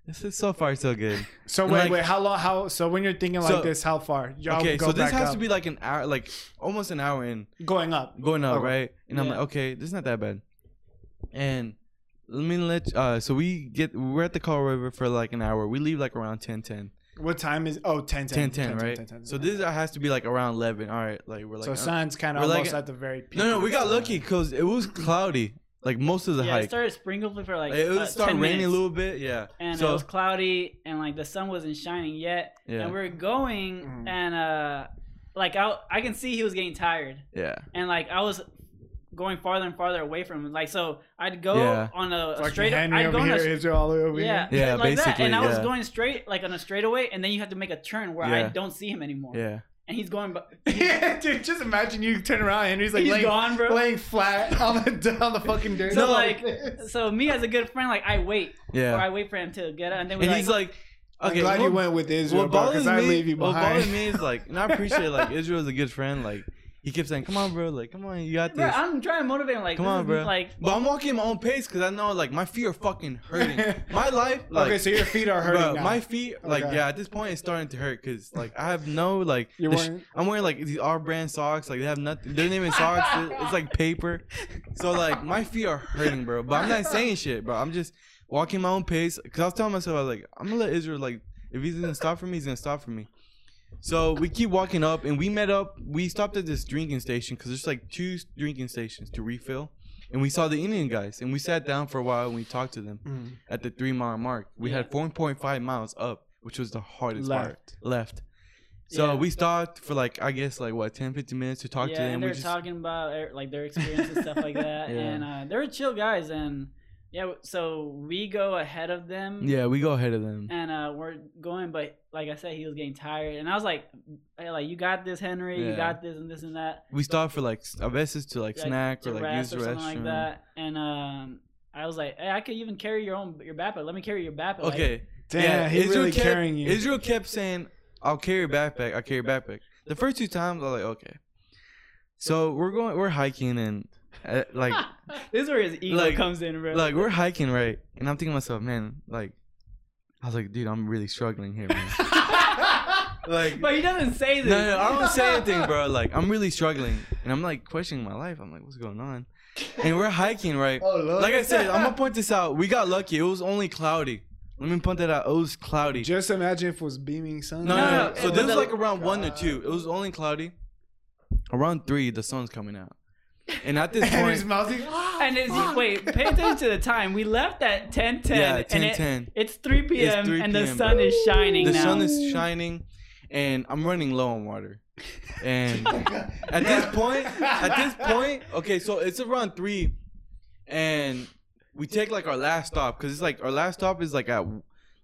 [SPEAKER 2] this is so far so good.
[SPEAKER 1] So
[SPEAKER 2] And
[SPEAKER 1] wait,
[SPEAKER 2] like-
[SPEAKER 1] wait, how long? How so? When you're thinking
[SPEAKER 2] So-
[SPEAKER 1] like this, how far? Y'all
[SPEAKER 2] okay,
[SPEAKER 1] go
[SPEAKER 2] so this
[SPEAKER 1] back
[SPEAKER 2] has
[SPEAKER 1] up.
[SPEAKER 2] to be like an hour, like almost an hour in,
[SPEAKER 1] going up.
[SPEAKER 2] going up,
[SPEAKER 1] Okay.
[SPEAKER 2] right? And I'm
[SPEAKER 3] Yeah.
[SPEAKER 2] like, okay, this is not that bad. And let me let. Uh, so we get we're at the Colorado River for like an hour. We leave like around 10, 10.
[SPEAKER 1] What time is? Oh, 10
[SPEAKER 2] 10 10, right? so this has to be like around 11. All right, like we're like
[SPEAKER 1] so
[SPEAKER 2] uh,
[SPEAKER 1] sun's kind of
[SPEAKER 2] we're like-
[SPEAKER 1] almost at the very peak.
[SPEAKER 2] No, no,
[SPEAKER 1] of
[SPEAKER 2] we
[SPEAKER 1] the
[SPEAKER 2] got
[SPEAKER 1] sun.
[SPEAKER 2] lucky cuz it was cloudy like most of the
[SPEAKER 3] yeah, it
[SPEAKER 2] hike.
[SPEAKER 3] started sprinkling for like
[SPEAKER 2] it would
[SPEAKER 3] uh,
[SPEAKER 2] start
[SPEAKER 3] 10
[SPEAKER 2] raining a
[SPEAKER 3] minutes.
[SPEAKER 2] little bit, yeah.
[SPEAKER 3] and
[SPEAKER 2] so
[SPEAKER 3] it was cloudy and like the sun wasn't shining yet
[SPEAKER 2] yeah.
[SPEAKER 3] and we are going
[SPEAKER 1] Mhm.
[SPEAKER 3] and uh like I, I can see he was getting tired
[SPEAKER 2] yeah.
[SPEAKER 3] and like i was going farther and farther away from him like so i'd go
[SPEAKER 2] Yeah.
[SPEAKER 3] on a, a
[SPEAKER 1] Fucking
[SPEAKER 3] straight
[SPEAKER 1] Henry
[SPEAKER 3] i'd
[SPEAKER 1] over
[SPEAKER 3] go on
[SPEAKER 1] here,
[SPEAKER 3] a
[SPEAKER 1] Israel all the way over
[SPEAKER 3] yeah,
[SPEAKER 1] here.
[SPEAKER 2] Yeah,
[SPEAKER 3] like that. And I was
[SPEAKER 2] basically, yeah.
[SPEAKER 3] going straight, like on a straightaway, and then you have to make a turn where I
[SPEAKER 2] Yeah.
[SPEAKER 3] don't see him anymore.
[SPEAKER 2] Yeah.
[SPEAKER 3] And he's going, but
[SPEAKER 1] yeah, dude, just imagine you turn around and he's like
[SPEAKER 3] he's
[SPEAKER 1] laying,
[SPEAKER 3] gone, bro.
[SPEAKER 1] laying flat on the on the fucking dirt.
[SPEAKER 3] So, like- So me as a good friend, like I wait,
[SPEAKER 2] Yeah.
[SPEAKER 3] or I wait for him to get up, and then we
[SPEAKER 2] and
[SPEAKER 3] like,
[SPEAKER 2] he's like
[SPEAKER 1] I'm
[SPEAKER 2] okay,
[SPEAKER 1] glad
[SPEAKER 2] what-
[SPEAKER 1] you went with Israel
[SPEAKER 2] what bothers
[SPEAKER 1] because I
[SPEAKER 2] me-
[SPEAKER 1] leave you
[SPEAKER 2] what
[SPEAKER 1] behind.
[SPEAKER 2] bothers me is like, and I appreciate like Israel's a good friend. Like he kept saying, "Come on, bro. Like, come on, you got
[SPEAKER 3] bro,
[SPEAKER 2] this."
[SPEAKER 3] I'm trying to motivate him, like,
[SPEAKER 2] Come
[SPEAKER 3] this
[SPEAKER 2] on,
[SPEAKER 3] is,
[SPEAKER 2] bro.
[SPEAKER 3] like,
[SPEAKER 2] but I'm walking my own pace because I know like my feet are fucking hurting. my life, like,
[SPEAKER 1] okay, so your feet are hurting
[SPEAKER 2] bro,
[SPEAKER 1] now.
[SPEAKER 2] my feet, like,
[SPEAKER 1] Okay.
[SPEAKER 2] yeah, at this point it's starting to hurt because like I have no like.
[SPEAKER 1] You're
[SPEAKER 2] the sh-
[SPEAKER 1] wearing-
[SPEAKER 2] I'm wearing like these R brand socks. Like they have nothing. They're not even socks. they're- it's like paper. So like my feet are hurting, bro. But I'm not saying shit, bro. I'm just walking my own pace. Cause I was telling myself, I was like, I'm gonna let Israel like if he's gonna stop for me, he's gonna stop for me. So we keep walking up, and we met up. We stopped at this drinking station because there's like two s- drinking stations to refill, and we saw the Indian guys, and we sat down for a while and we talked to them
[SPEAKER 1] Mm.
[SPEAKER 2] at the three mile mark. We had 4.5 miles up, which was the hardest part
[SPEAKER 1] left.
[SPEAKER 2] left. So
[SPEAKER 3] Yeah.
[SPEAKER 2] we stopped for like I guess like what 10, 15 minutes to talk
[SPEAKER 3] yeah,
[SPEAKER 2] to them.
[SPEAKER 3] and
[SPEAKER 2] We
[SPEAKER 3] they're
[SPEAKER 2] just
[SPEAKER 3] talking about er, like their experience and stuff like that,
[SPEAKER 2] Yeah.
[SPEAKER 3] and uh, they're chill guys, and yeah, so we go ahead of them,
[SPEAKER 2] yeah, we go ahead of them.
[SPEAKER 3] and uh, we're going, but like I said, he was getting tired, and I was like, hey, like you got this, Henry, you
[SPEAKER 2] Yeah.
[SPEAKER 3] got this, and this and that.
[SPEAKER 2] We stopped for like a veces to like,
[SPEAKER 3] Like,
[SPEAKER 2] snack
[SPEAKER 3] to
[SPEAKER 2] or like use
[SPEAKER 3] rest
[SPEAKER 2] the
[SPEAKER 3] or something
[SPEAKER 2] restroom.
[SPEAKER 3] like that. And um, I was like, hey, I could even carry your own your backpack. Let me carry your backpack. Like,
[SPEAKER 2] Okay,
[SPEAKER 1] Damn, he's
[SPEAKER 2] Israel
[SPEAKER 1] really
[SPEAKER 2] kept,
[SPEAKER 1] carrying you.
[SPEAKER 2] Israel kept saying, "I'll carry your backpack. I'll carry your backpack." The first two times, I was like, "Okay." So we're going, we're hiking, and uh, like,
[SPEAKER 3] this is where his ego
[SPEAKER 2] Like-
[SPEAKER 3] comes in, bro.
[SPEAKER 2] like we're hiking, right? And I'm thinking to myself, man, like, I was like, dude, I'm really struggling here, man. like,
[SPEAKER 3] but he doesn't say this.
[SPEAKER 2] no, no, I don't say anything, bro. Like, I'm really struggling, and I'm like questioning my life. I'm like, what's going on? And we're hiking, right?
[SPEAKER 1] oh, Lord.
[SPEAKER 2] Like I said, I'm gonna point this out. We got lucky. It was only cloudy. Let me point that out. It was cloudy.
[SPEAKER 1] Just imagine if it was beaming sun.
[SPEAKER 2] No, no, no. So
[SPEAKER 3] but
[SPEAKER 2] this
[SPEAKER 3] the-
[SPEAKER 2] was like around one or two. It was only cloudy. Around three, the sun's coming out, and at this
[SPEAKER 1] And his
[SPEAKER 2] point,
[SPEAKER 1] mouth. he's-
[SPEAKER 3] And it's wait, pay attention to the time. We left at ten ten.
[SPEAKER 2] yeah,
[SPEAKER 3] and
[SPEAKER 2] ten
[SPEAKER 3] it-
[SPEAKER 2] ten.
[SPEAKER 3] It's three p.m.
[SPEAKER 2] 3
[SPEAKER 3] and the
[SPEAKER 2] p.m.,
[SPEAKER 3] sun
[SPEAKER 2] bro.
[SPEAKER 3] is shining
[SPEAKER 2] The
[SPEAKER 3] now.
[SPEAKER 2] sun is shining, and I'm running low on water. And at this point, at this point, okay, so it's around three, and we take like our last stop because it's like our last stop is like at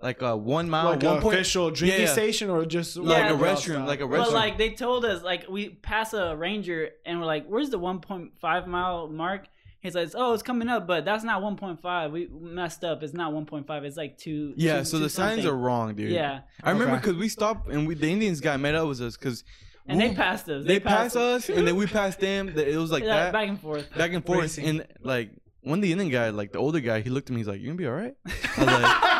[SPEAKER 2] like a one mile,
[SPEAKER 1] like
[SPEAKER 2] one
[SPEAKER 1] an
[SPEAKER 2] point,
[SPEAKER 1] official drinking
[SPEAKER 2] yeah.
[SPEAKER 1] station or just
[SPEAKER 2] like a
[SPEAKER 3] Yeah.
[SPEAKER 2] restroom, like a restroom.
[SPEAKER 3] But like they told us, like we pass a ranger and we're like, "Where's the 1.5 mile mark?" He says, "Oh, it's coming up, but that's not 1.5. We messed up. It's not 1.5. It's like two.
[SPEAKER 2] yeah,
[SPEAKER 3] two-
[SPEAKER 2] so
[SPEAKER 3] two
[SPEAKER 2] the signs
[SPEAKER 3] something."
[SPEAKER 2] are wrong, dude.
[SPEAKER 3] Yeah,
[SPEAKER 2] I remember
[SPEAKER 1] Okay.
[SPEAKER 2] because we stopped and we, the Indians guy met up with us because
[SPEAKER 3] and they passed us.
[SPEAKER 2] they passed us and then we passed them. Th- It was like
[SPEAKER 3] Yeah,
[SPEAKER 2] that back,
[SPEAKER 3] back and forth.
[SPEAKER 2] and forth.
[SPEAKER 1] Racing.
[SPEAKER 2] And like when the Indian guy, like the older guy, he looked at me. He's like, "You gonna be all right?" I was like,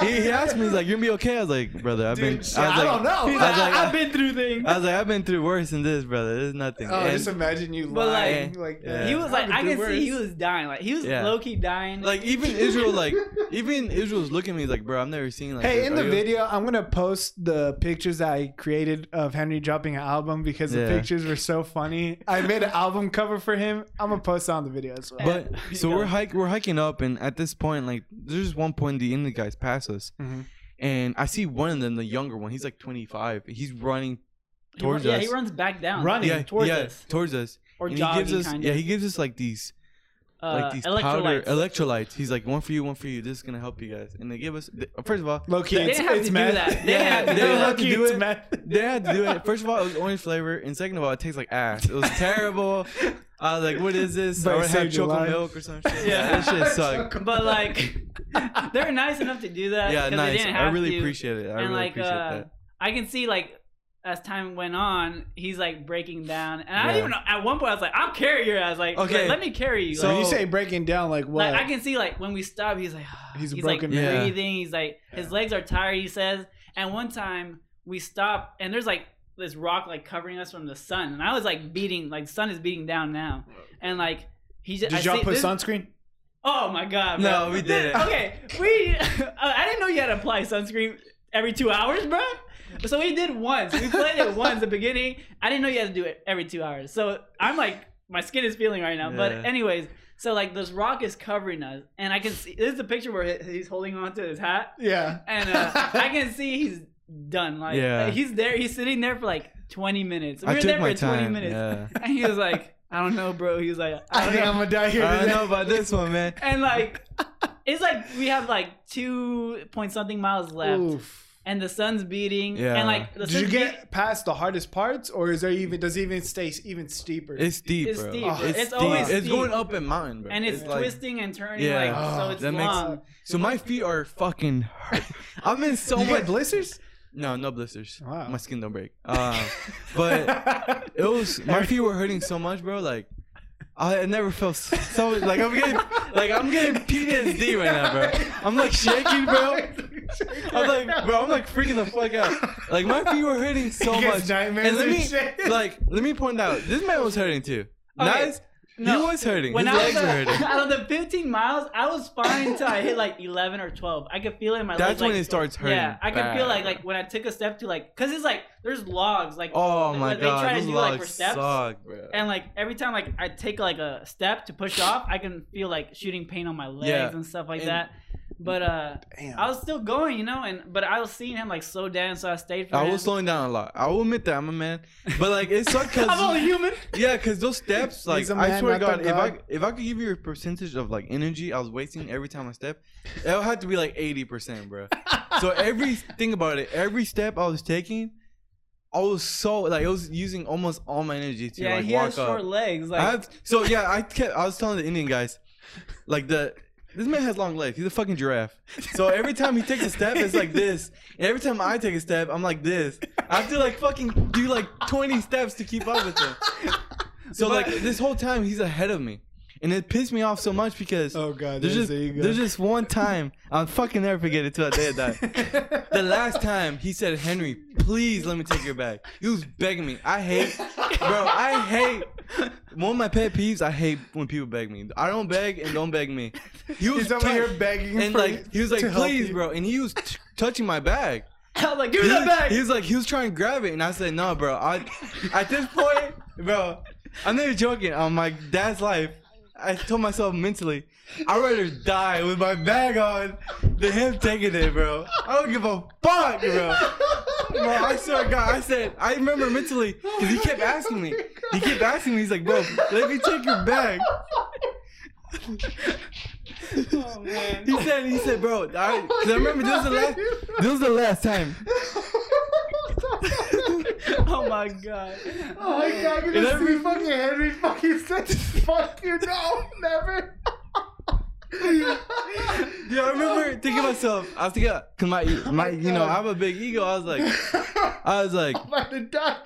[SPEAKER 2] he, he asked me, he's like, "You gonna be okay?" I was like, "Brother, I've
[SPEAKER 1] Dude,
[SPEAKER 2] been."
[SPEAKER 1] shit,
[SPEAKER 2] I was
[SPEAKER 1] I
[SPEAKER 2] like,
[SPEAKER 1] don't know.
[SPEAKER 2] I was
[SPEAKER 1] He's
[SPEAKER 2] like,
[SPEAKER 3] I've
[SPEAKER 2] I,
[SPEAKER 3] been through things.
[SPEAKER 2] was like, "I've been through worse than this, brother. This is nothing."
[SPEAKER 1] Oh,
[SPEAKER 2] And,
[SPEAKER 1] just imagine you
[SPEAKER 3] But,
[SPEAKER 1] lying. Like,
[SPEAKER 2] like- Yeah.
[SPEAKER 3] He was like, I
[SPEAKER 1] could
[SPEAKER 3] can see he was dying. Like he was
[SPEAKER 2] Yeah.
[SPEAKER 3] low key dying.
[SPEAKER 2] like even Israel, like even Israel's looking at me he's like, "Bro, I've never seen like."
[SPEAKER 1] Hey,
[SPEAKER 2] this.
[SPEAKER 1] in
[SPEAKER 2] Are
[SPEAKER 1] the
[SPEAKER 2] you-"
[SPEAKER 1] video, I'm gonna post the pictures that I created of Henry dropping an album because the
[SPEAKER 2] Yeah.
[SPEAKER 1] pictures were so funny. I made an album cover for him. I'm gonna post it on the video as well.
[SPEAKER 2] But
[SPEAKER 3] You
[SPEAKER 2] so
[SPEAKER 3] go.
[SPEAKER 2] we're hike we're hiking up, and at this point, like there's one point the Indian guys pass us,
[SPEAKER 1] Mhm.
[SPEAKER 2] and I see one of them, the younger one. He's like 25. He's running
[SPEAKER 3] He run-
[SPEAKER 2] towards
[SPEAKER 3] yeah,
[SPEAKER 2] us.
[SPEAKER 3] he runs back down.
[SPEAKER 1] Running.
[SPEAKER 2] yeah,
[SPEAKER 3] towards
[SPEAKER 2] yeah,
[SPEAKER 3] us
[SPEAKER 2] towards us.
[SPEAKER 3] or
[SPEAKER 2] and he
[SPEAKER 3] jogging
[SPEAKER 2] gives us,
[SPEAKER 3] kind
[SPEAKER 2] yeah,
[SPEAKER 3] of.
[SPEAKER 2] he gives us like these,
[SPEAKER 3] uh,
[SPEAKER 2] like these powder
[SPEAKER 3] electrolytes.
[SPEAKER 2] electrolytes. He's like, one for you, one for you. This is gonna help you guys. And they give us, th- first of all,
[SPEAKER 1] Low key,
[SPEAKER 3] They
[SPEAKER 1] it's,
[SPEAKER 3] didn't have
[SPEAKER 1] it's
[SPEAKER 3] to do
[SPEAKER 1] meth.
[SPEAKER 3] that. They
[SPEAKER 2] Yeah,
[SPEAKER 3] had to
[SPEAKER 2] they
[SPEAKER 3] do
[SPEAKER 2] didn't
[SPEAKER 3] that.
[SPEAKER 2] have to
[SPEAKER 1] Low-key,
[SPEAKER 2] do
[SPEAKER 1] it's
[SPEAKER 2] it.
[SPEAKER 1] meth.
[SPEAKER 2] they had to do it. First of all, it was orange flavor, and second of all, it tastes like ass. It was terrible. I was like, what is this?
[SPEAKER 1] But it
[SPEAKER 2] I would have
[SPEAKER 1] saved your
[SPEAKER 2] chocolate
[SPEAKER 1] life.
[SPEAKER 2] milk or some shit.
[SPEAKER 3] Yeah.
[SPEAKER 2] Yeah, this shit sucked.
[SPEAKER 3] but like they're nice enough to do that.
[SPEAKER 2] Yeah,
[SPEAKER 3] 'cause they
[SPEAKER 2] nice.
[SPEAKER 3] didn't
[SPEAKER 2] I
[SPEAKER 3] have
[SPEAKER 2] really
[SPEAKER 3] to.
[SPEAKER 2] appreciate it. I
[SPEAKER 3] and
[SPEAKER 2] really
[SPEAKER 3] like
[SPEAKER 2] appreciate
[SPEAKER 3] uh,
[SPEAKER 2] that.
[SPEAKER 3] I can see like as time went on, he's like breaking down, and I
[SPEAKER 2] Yeah.
[SPEAKER 3] don't even know. At one point, I was like, "I'll carry your ass." Like,
[SPEAKER 2] Okay.
[SPEAKER 3] let me carry you.
[SPEAKER 1] So
[SPEAKER 3] like,
[SPEAKER 1] when you
[SPEAKER 2] So-
[SPEAKER 1] say breaking down, like what?
[SPEAKER 3] like, I can see like when we stop, he's like,
[SPEAKER 1] He's
[SPEAKER 3] he's,
[SPEAKER 1] a
[SPEAKER 3] like
[SPEAKER 1] broken
[SPEAKER 3] breathing.
[SPEAKER 2] man. Yeah.
[SPEAKER 3] He's like his legs are tired. He says. And one time we stop, and there's like this rock like covering us from the sun, and I was like beating, like the sun is beating down now, and like. He just,
[SPEAKER 1] Did
[SPEAKER 3] I
[SPEAKER 1] y'all
[SPEAKER 3] see-
[SPEAKER 1] put
[SPEAKER 3] this-
[SPEAKER 1] sunscreen?
[SPEAKER 3] Oh my god!
[SPEAKER 2] No,
[SPEAKER 3] bro. uh,
[SPEAKER 2] we didn't.
[SPEAKER 3] Okay, we. I didn't know you had to apply sunscreen. every two hours, bro. So we did once. We played it once at the beginning. I didn't know you had to do it every two hours. So I'm like, my skin is feeling right now. But
[SPEAKER 2] Yeah.
[SPEAKER 3] anyways, so like this rock is covering us, and I can see this is a picture where he- he's holding onto his hat,
[SPEAKER 1] Yeah.
[SPEAKER 3] and uh, I can see he's done. Like,
[SPEAKER 2] Yeah.
[SPEAKER 3] like, he's there. He's sitting there for like 20 minutes. We
[SPEAKER 2] I
[SPEAKER 3] were
[SPEAKER 2] took
[SPEAKER 3] there
[SPEAKER 2] my
[SPEAKER 3] for 20
[SPEAKER 2] time,
[SPEAKER 3] minutes,
[SPEAKER 2] yeah.
[SPEAKER 3] and he was like, I don't know, bro. He was like, I
[SPEAKER 1] I
[SPEAKER 3] don't
[SPEAKER 1] think
[SPEAKER 3] know.
[SPEAKER 1] I'm gonna die here.
[SPEAKER 2] I don't
[SPEAKER 1] today.
[SPEAKER 2] know about this one, man.
[SPEAKER 3] And like, it's like we have like two point something miles left
[SPEAKER 1] Oof.
[SPEAKER 3] and the sun's beating.
[SPEAKER 2] Yeah.
[SPEAKER 3] And like the
[SPEAKER 1] Did you
[SPEAKER 3] sun's beat-
[SPEAKER 1] get past the hardest parts, or is there even does it even stay s- even steeper?
[SPEAKER 2] It's steep,
[SPEAKER 3] It's
[SPEAKER 2] bro.
[SPEAKER 3] steep,
[SPEAKER 1] bro.
[SPEAKER 2] It's,
[SPEAKER 1] It's
[SPEAKER 2] steep.
[SPEAKER 1] always
[SPEAKER 2] It's
[SPEAKER 3] steep.
[SPEAKER 2] going up a mountain, bro.
[SPEAKER 3] and it's,
[SPEAKER 2] like-
[SPEAKER 3] twisting and turning
[SPEAKER 2] Yeah.
[SPEAKER 3] like so
[SPEAKER 1] Oh,
[SPEAKER 3] it's
[SPEAKER 2] that makes-
[SPEAKER 3] long.
[SPEAKER 2] so my feet are fucking hurt. I'm in so
[SPEAKER 1] you
[SPEAKER 2] much.
[SPEAKER 1] get blisters?
[SPEAKER 2] no, no blisters.
[SPEAKER 1] Wow.
[SPEAKER 2] My skin don't break. Uh, but it was my feet were hurting so much, bro. Like I had never felt s- so like I'm getting like I'm getting PTSD right now, bro. I'm like shaking, bro. I'm like, bro, I'm like freaking the fuck out. Like my feet were hurting so
[SPEAKER 1] He gets
[SPEAKER 2] much.
[SPEAKER 1] nightmares
[SPEAKER 2] and let
[SPEAKER 1] and
[SPEAKER 2] me
[SPEAKER 1] shit.
[SPEAKER 2] like let me point out this man was hurting too.
[SPEAKER 3] Okay.
[SPEAKER 2] Nice.
[SPEAKER 3] No.
[SPEAKER 2] He was hurting.
[SPEAKER 3] When
[SPEAKER 2] His
[SPEAKER 3] I was
[SPEAKER 2] legs were
[SPEAKER 3] uh,
[SPEAKER 2] hurting.
[SPEAKER 3] out of the 15 miles, I was fine until I hit like 11 or 12. I could feel it in my legs.
[SPEAKER 2] That's when
[SPEAKER 3] like-
[SPEAKER 2] it starts hurting.
[SPEAKER 3] Yeah, I could feel
[SPEAKER 2] bad.
[SPEAKER 3] like like when I took a step to like, cause it's like there's logs like
[SPEAKER 2] Oh
[SPEAKER 3] like,
[SPEAKER 2] my god,
[SPEAKER 3] what they try
[SPEAKER 2] those
[SPEAKER 3] to do like for
[SPEAKER 2] logs
[SPEAKER 3] steps,
[SPEAKER 2] suck, bro.
[SPEAKER 3] and like every time like I take like a step to push off, I can feel like shooting pain on my legs
[SPEAKER 2] Yeah.
[SPEAKER 3] and stuff like
[SPEAKER 2] And-
[SPEAKER 3] that. But uh,
[SPEAKER 1] Damn.
[SPEAKER 3] I was still going, you know, and but I was seeing him like slow down, so I stayed for
[SPEAKER 2] I
[SPEAKER 3] him.
[SPEAKER 2] was slowing down a lot. I will admit that I'm a man, but like it sucked because
[SPEAKER 3] I'm only human.
[SPEAKER 2] yeah, because those steps, like
[SPEAKER 1] a
[SPEAKER 2] I
[SPEAKER 1] man,
[SPEAKER 2] swear to
[SPEAKER 1] not
[SPEAKER 2] God,
[SPEAKER 1] a
[SPEAKER 2] if I
[SPEAKER 1] god.
[SPEAKER 2] if I could give you a percentage of like energy I was wasting every time I step, it would have to be like eighty percent, bro. so every think about it, every step I was taking, I was so like I was using almost all my energy to
[SPEAKER 3] yeah,
[SPEAKER 2] like
[SPEAKER 3] he
[SPEAKER 2] walk
[SPEAKER 3] has
[SPEAKER 2] up.
[SPEAKER 3] short legs. Like
[SPEAKER 2] I have, so yeah, I kept. I was telling the Indian guys, like the this man has long legs. He's a fucking giraffe. So every time he takes a step, it's like this. And every time I take a step, I'm like this. I have to like fucking do like 20 steps to keep up with him. So like this whole time, he's ahead of me, and it pissed me off so much because
[SPEAKER 1] Oh god,
[SPEAKER 2] there's
[SPEAKER 1] there's,
[SPEAKER 2] just
[SPEAKER 1] there you go.
[SPEAKER 2] there's just one time I'll fucking never forget it till the day I die. The last time he said, Henry, please let me take your bag. He was begging me. I hate, bro, I hate. One of my pet peeves, I hate when people beg me. I don't beg and don't beg me. He was
[SPEAKER 1] He's over
[SPEAKER 2] tou-
[SPEAKER 1] here begging
[SPEAKER 2] and
[SPEAKER 1] for
[SPEAKER 2] like he was like,
[SPEAKER 1] to help
[SPEAKER 2] please,
[SPEAKER 1] you."
[SPEAKER 2] bro, and he was t- touching my bag.
[SPEAKER 3] I was like, give
[SPEAKER 2] He
[SPEAKER 3] me that
[SPEAKER 2] was,
[SPEAKER 3] back.
[SPEAKER 2] he was like, he was trying to grab it, and I said, no, bro. I, at this point, bro, I'm not even joking. On my dad's life, I told myself mentally, I'd rather die with my bag on than him taking it, bro. I don't give a fuck, bro. Bro, I swear to God, I said, I remember mentally, because he kept asking me. He kept asking me, he's like, bro, let me take your bag.
[SPEAKER 3] Oh, man.
[SPEAKER 2] He said, he said, bro, I, 'cause I remember this was the last, this was the last time.
[SPEAKER 3] oh my god.
[SPEAKER 1] Oh my god, you
[SPEAKER 2] And
[SPEAKER 1] just
[SPEAKER 2] every-
[SPEAKER 1] see fucking Henry fucking said, fuck you, no, never.
[SPEAKER 2] Yeah, I remember thinking to myself, I was thinking, cause my, my, you know, I have a big ego. I was like, I was like,
[SPEAKER 1] I'm about to die.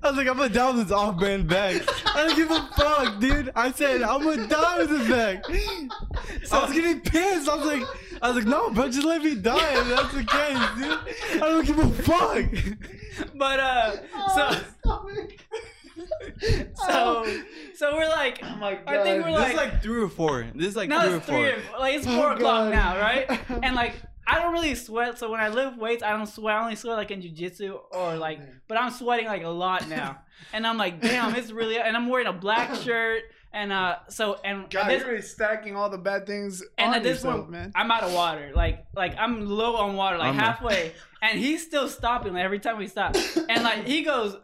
[SPEAKER 2] I was like, I'm gonna die with this off-brand bag. I don't give a fuck, dude. I said, I'm gonna die with this bag. I was getting pissed. I was like, I was like, no, bro, just let me die. If that's the case, dude. I don't give a fuck.
[SPEAKER 3] But uh,
[SPEAKER 1] Oh.
[SPEAKER 3] so so so we're like, oh my I think
[SPEAKER 1] God.
[SPEAKER 3] we're
[SPEAKER 1] This
[SPEAKER 2] This
[SPEAKER 3] like,
[SPEAKER 2] is like three or four. This is like
[SPEAKER 3] now
[SPEAKER 2] three or
[SPEAKER 3] it's three,
[SPEAKER 2] four.
[SPEAKER 3] or, like it's
[SPEAKER 1] Oh,
[SPEAKER 3] four
[SPEAKER 1] God.
[SPEAKER 3] o'clock now, right? And like. I don't really sweat, so when I lift weights, I don't sweat. I only sweat like in jujitsu
[SPEAKER 2] Oh,
[SPEAKER 3] or like, but I'm sweating like a lot now, and I'm like, damn, it's really. And I'm wearing a black shirt, and uh, so and
[SPEAKER 1] God,
[SPEAKER 3] this-
[SPEAKER 1] you're really stacking all the bad things
[SPEAKER 3] and
[SPEAKER 1] on
[SPEAKER 3] at this
[SPEAKER 1] yourself,
[SPEAKER 3] point,
[SPEAKER 1] man.
[SPEAKER 3] I'm out of water. Like, like I'm low on water, like
[SPEAKER 2] I'm a-
[SPEAKER 3] halfway, and he's still stopping. Like every time we stop, and like he goes.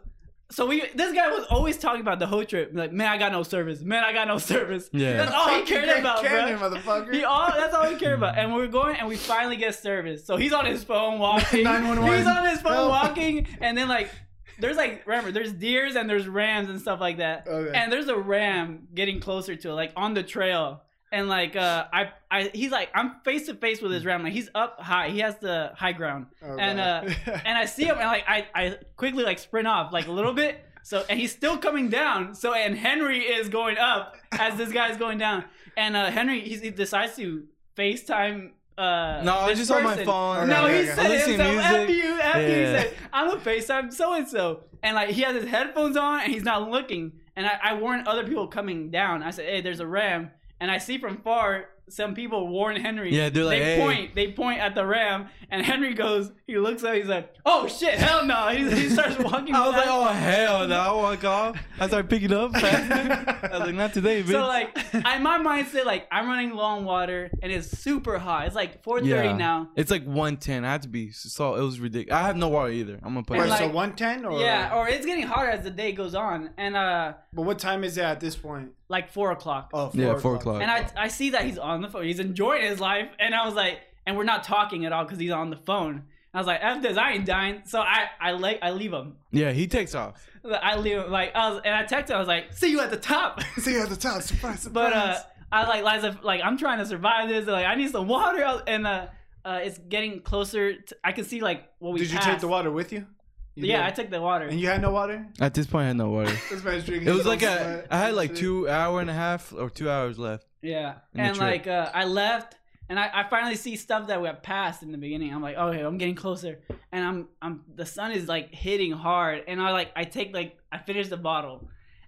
[SPEAKER 3] So we, this guy was always talking about the whole trip. Like, man, I got no service. Man, I got no service.
[SPEAKER 2] Yeah.
[SPEAKER 3] that's all he cared
[SPEAKER 1] Fucking
[SPEAKER 3] about,
[SPEAKER 1] cannon,
[SPEAKER 3] bro.
[SPEAKER 1] motherfucker.
[SPEAKER 3] He all that's all he cared about. And we're going, and we finally get service. So he's on his phone walking.
[SPEAKER 1] 911.
[SPEAKER 3] He's on his phone
[SPEAKER 1] Help.
[SPEAKER 3] walking, and then like. There's like remember, there's deers and there's rams and stuff like that.
[SPEAKER 1] Okay.
[SPEAKER 3] And there's a ram getting closer to it, like on the trail. And like uh I, I he's like I'm face to face with his ram. Like he's up high. He has the high ground.
[SPEAKER 1] Oh,
[SPEAKER 3] and
[SPEAKER 1] God.
[SPEAKER 3] uh and I see him and like I, I quickly like sprint off like a little bit. So and he's still coming down. So and Henry is going up as this guy's going down. And uh Henry he's, he decides to FaceTime uh
[SPEAKER 2] No, I was
[SPEAKER 3] this
[SPEAKER 2] just on my
[SPEAKER 3] person.
[SPEAKER 2] phone.
[SPEAKER 3] No,
[SPEAKER 1] Okay,
[SPEAKER 3] he
[SPEAKER 1] okay.
[SPEAKER 3] said it
[SPEAKER 2] Listening to
[SPEAKER 3] himself. F
[SPEAKER 2] music.
[SPEAKER 3] you, F you. He
[SPEAKER 2] Yeah.
[SPEAKER 3] said, I'm a FaceTime so and so. And like he has his headphones on and he's not looking. And I, I warned other people coming down. I said, Hey, there's a ram. And I see from far some people warn Henry.
[SPEAKER 2] Yeah, they're like,
[SPEAKER 3] they
[SPEAKER 2] "Hey."
[SPEAKER 3] point, they point at the ram, and Henry goes. He looks up. He's like, "Oh shit, hell no!" He, he starts walking.
[SPEAKER 2] I was
[SPEAKER 3] back.
[SPEAKER 2] like, oh hell no! I walk off. I start picking up.
[SPEAKER 3] uh,
[SPEAKER 2] I was like, not today, bitch.
[SPEAKER 3] So like, I, my mindset like I'm running low on water and it's super hot. It's like 4:30
[SPEAKER 2] Yeah.
[SPEAKER 3] now.
[SPEAKER 2] it's like 110. I had to be so. It was ridiculous. I have no water either. I'm gonna put.
[SPEAKER 1] Wait,
[SPEAKER 2] it.
[SPEAKER 3] like-
[SPEAKER 1] so one ten or
[SPEAKER 3] Yeah, or it's getting hotter as the day goes on, and uh,
[SPEAKER 1] But what time is it at this point?
[SPEAKER 3] like four o'clock.
[SPEAKER 1] Oh,
[SPEAKER 2] Yeah, four o'clock.
[SPEAKER 3] And I I see that he's on the phone. He's enjoying his life, and I was like, and we're not talking at all because he's on the phone. I was like, F this, I ain't dying. So I I like I leave him.
[SPEAKER 2] yeah, he takes off.
[SPEAKER 3] I leave him like I was, and I text him. I was like, see you at the top.
[SPEAKER 1] See you at the top. Surprise, surprise.
[SPEAKER 3] But uh, I like Liza. Like I'm trying to survive this. Like I need some water. I was- And uh, uh, it's getting closer. To, I can see like what we.
[SPEAKER 1] did you take
[SPEAKER 3] passed.
[SPEAKER 1] the water with you? You
[SPEAKER 3] yeah, I
[SPEAKER 1] did.
[SPEAKER 3] took the water.
[SPEAKER 1] and you had no water.
[SPEAKER 2] At this point, I had no water.
[SPEAKER 1] This man's drinking.
[SPEAKER 2] It was
[SPEAKER 1] so
[SPEAKER 2] like a.
[SPEAKER 1] much.
[SPEAKER 2] I had like two hour and a half or two hours left.
[SPEAKER 3] yeah,
[SPEAKER 2] in the
[SPEAKER 3] and
[SPEAKER 2] trip.
[SPEAKER 3] like uh, I left, and I, I finally see stuff that we had passed in the beginning. I'm like, okay, I'm getting closer, and I'm I'm the sun is like hitting hard, and I like I take like I finish the bottle,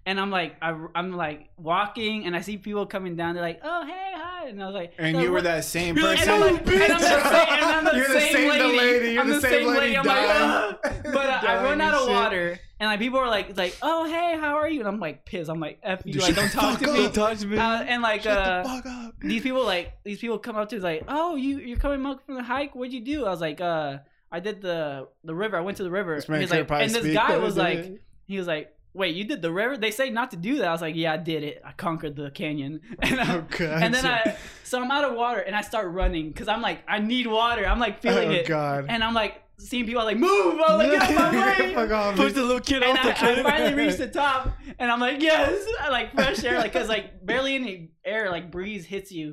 [SPEAKER 3] and I'm like I, I'm like walking, and I see people coming down. They're like, oh hey hi, and I was like,
[SPEAKER 1] And
[SPEAKER 3] "Like,
[SPEAKER 1] you were
[SPEAKER 3] what-
[SPEAKER 1] that same
[SPEAKER 3] You're like,
[SPEAKER 1] person.
[SPEAKER 3] and I'm like- and I'm the same- and I'm the
[SPEAKER 1] You're the
[SPEAKER 3] same
[SPEAKER 1] same the
[SPEAKER 3] lady.
[SPEAKER 1] lady. You're
[SPEAKER 3] I'm
[SPEAKER 1] the same lady.
[SPEAKER 3] I'm like,
[SPEAKER 1] dying.
[SPEAKER 3] But uh, I
[SPEAKER 1] Dying
[SPEAKER 3] run
[SPEAKER 1] and
[SPEAKER 3] out of
[SPEAKER 1] shit.
[SPEAKER 3] water, and like people are like, like, oh hey, how are you? And I'm like pissed. I'm like, f you, like don't talk to me.
[SPEAKER 2] Don't touch me.
[SPEAKER 3] Uh, and like
[SPEAKER 2] Shut
[SPEAKER 3] uh,
[SPEAKER 2] the fuck up.
[SPEAKER 3] these people, like these people come up to me like, oh you you're coming up from the hike? What'd you do? I was like, uh, I did the the river. I went to the river.
[SPEAKER 1] This
[SPEAKER 3] And,
[SPEAKER 1] man
[SPEAKER 3] he's
[SPEAKER 1] could
[SPEAKER 3] like,
[SPEAKER 1] probably
[SPEAKER 3] and this
[SPEAKER 1] speak
[SPEAKER 3] guy
[SPEAKER 1] better
[SPEAKER 3] was
[SPEAKER 1] than
[SPEAKER 3] like,
[SPEAKER 1] it.
[SPEAKER 3] he was like, wait, you did the river? They say not to do that. I was like, yeah, I did it. I conquered the canyon. And I,
[SPEAKER 1] Oh, God.
[SPEAKER 3] and then I, so I'm out of water and I start running because I'm like, I need water. I'm like feeling
[SPEAKER 1] oh,
[SPEAKER 3] it.
[SPEAKER 1] God.
[SPEAKER 3] And I'm like, seeing people like, move. I'm like, get out of my way.
[SPEAKER 1] Fuck off,
[SPEAKER 2] Push
[SPEAKER 1] bitch.
[SPEAKER 2] the little kid
[SPEAKER 3] And
[SPEAKER 2] off the
[SPEAKER 3] I, I
[SPEAKER 2] cliff.
[SPEAKER 3] finally reached the top, and I'm like, yes, I like fresh air, like cause like barely any air, like breeze hits you,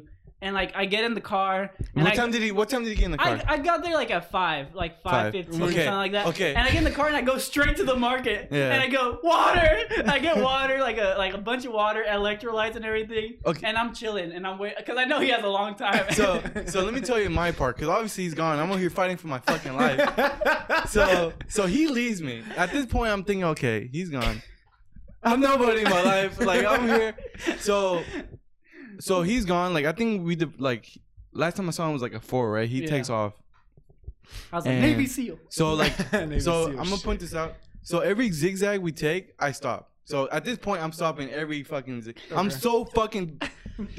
[SPEAKER 3] and like I get in the car, and
[SPEAKER 2] What
[SPEAKER 3] I,
[SPEAKER 2] time did he? What time did he get in the car?
[SPEAKER 3] I I got there like at five, like five
[SPEAKER 2] Five.
[SPEAKER 3] fifteen,
[SPEAKER 2] Okay,
[SPEAKER 3] something like that.
[SPEAKER 2] okay.
[SPEAKER 3] And I get in the car and I go straight to the market,
[SPEAKER 2] Yeah.
[SPEAKER 3] and I go water. I get water, like a like a bunch of water, electrolytes and everything,
[SPEAKER 2] Okay.
[SPEAKER 3] and I'm chilling, and I'm waiting because I know he has a long time.
[SPEAKER 2] so so let me tell you my part because obviously he's gone. I'm over here fighting for my fucking life. So so he leaves me. At this point, I'm thinking, okay, he's gone. I'm nobody in my life. Like I'm here. So so he's gone. Like I think we did. Like last time I saw him was like a four, right? He
[SPEAKER 3] Yeah.
[SPEAKER 2] takes off.
[SPEAKER 3] I was like
[SPEAKER 2] And-
[SPEAKER 3] Navy SEAL.
[SPEAKER 2] So like
[SPEAKER 1] Navy
[SPEAKER 2] so
[SPEAKER 1] Seal
[SPEAKER 2] I'm gonna
[SPEAKER 1] shit.
[SPEAKER 2] point this out. So every zigzag we take, I stop. So at this point, I'm stopping every fucking. Zig- I'm
[SPEAKER 1] Okay.
[SPEAKER 2] so fucking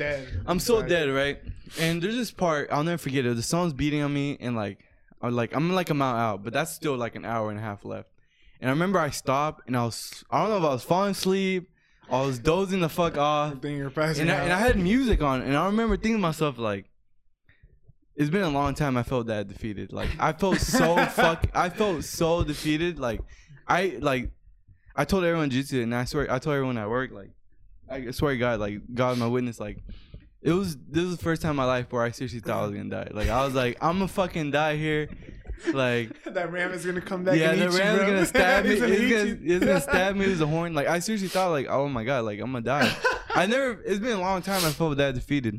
[SPEAKER 1] dead.
[SPEAKER 2] I'm so
[SPEAKER 1] Sorry.
[SPEAKER 2] dead, right? And there's this part I'll never forget it. The sun's beating on me, and like, I'm like I'm like a mile out, but that's still like an hour and a half left. And I remember I stopped, and I was I don't know if I was falling asleep, I was dozing the fuck off,
[SPEAKER 1] Being your passion.
[SPEAKER 2] and I, and I had music on, and I remember thinking to myself like, it's been a long time I felt that defeated. Like I felt so fuck, I felt so defeated. Like I like, I told everyone jitsu, and I swear I told everyone at work like, I swear to God, like God my witness, like. It was this was the first time in my life where I seriously thought I was gonna die. Like I was like, I'm gonna fucking die here. Like
[SPEAKER 1] that ram is gonna come back.
[SPEAKER 2] yeah,
[SPEAKER 1] and
[SPEAKER 2] the
[SPEAKER 1] eat you,
[SPEAKER 2] ram's
[SPEAKER 1] bro.
[SPEAKER 2] gonna stab me.
[SPEAKER 1] He's
[SPEAKER 2] It's
[SPEAKER 1] gonna eat
[SPEAKER 2] gonna,
[SPEAKER 1] you.
[SPEAKER 2] it's gonna stab me with a horn. Like I seriously thought, like, oh my god, like I'm gonna die. I never. It's been a long time. I felt that defeated.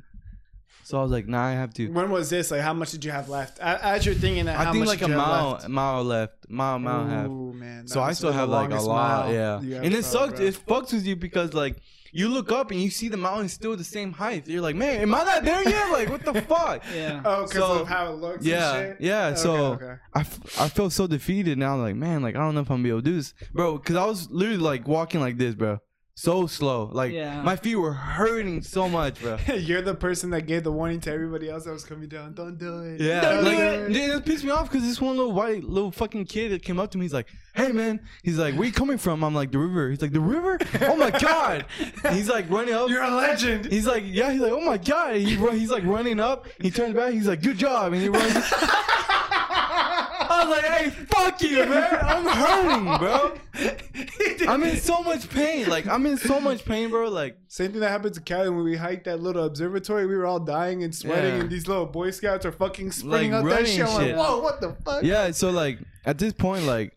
[SPEAKER 2] So I was like, nah, I have to.
[SPEAKER 1] When was this? Like, how much did you have left? A- As you're thinking that, how
[SPEAKER 2] I think
[SPEAKER 1] much
[SPEAKER 2] like
[SPEAKER 1] did
[SPEAKER 2] a
[SPEAKER 1] you have
[SPEAKER 2] mile,
[SPEAKER 1] left?
[SPEAKER 2] mile left, mile, mile and a half.
[SPEAKER 1] Ooh, man.
[SPEAKER 2] So I still have like a lot, yeah. And it sucked. It fucks with you because like you look up and you see the mountain still the same height. You're like, man, am I not there yet? Like, what the fuck?
[SPEAKER 3] Yeah.
[SPEAKER 1] Oh, because
[SPEAKER 2] So-
[SPEAKER 1] of how it looks.
[SPEAKER 2] Yeah,
[SPEAKER 1] and shit?
[SPEAKER 2] yeah.
[SPEAKER 1] Okay,
[SPEAKER 2] So
[SPEAKER 1] okay.
[SPEAKER 2] I, f- I feel so defeated now. Like man, like I don't know if I'm gonna be able to do this, bro. Cause I was literally like walking like this, bro. So slow. Like
[SPEAKER 3] Yeah.
[SPEAKER 2] my feet were hurting so much, bro.
[SPEAKER 1] you're the person that gave the warning to everybody else that was coming down. Don't do it.
[SPEAKER 2] Yeah,
[SPEAKER 1] Don't
[SPEAKER 2] like,
[SPEAKER 1] do it.
[SPEAKER 2] dude, it pissed me off because this one little white little fucking kid that came up to me. He's like, "Hey, man." He's like, "Where you coming from?" I'm like, "The river." He's like, "The river? Oh my god!" And he's like running up.
[SPEAKER 1] You're a legend.
[SPEAKER 2] He's like, "Yeah." He's like, "Oh my god!" He run, he's like running up. He turns back. He's like, "Good job!" And he runs. I was like, hey, fuck you, man. I'm hurting, bro. I'm in so much pain. Like, I'm in so much pain, bro. Like,
[SPEAKER 1] Same thing that happened to Cali when we hiked that little observatory. We were all dying and sweating,
[SPEAKER 2] Yeah.
[SPEAKER 1] and these little Boy Scouts are fucking sprinting
[SPEAKER 2] Like,
[SPEAKER 1] up that
[SPEAKER 2] running
[SPEAKER 1] shit. I'm
[SPEAKER 2] shit.
[SPEAKER 1] like, whoa, what the fuck?
[SPEAKER 2] yeah, so, like, at this point, like,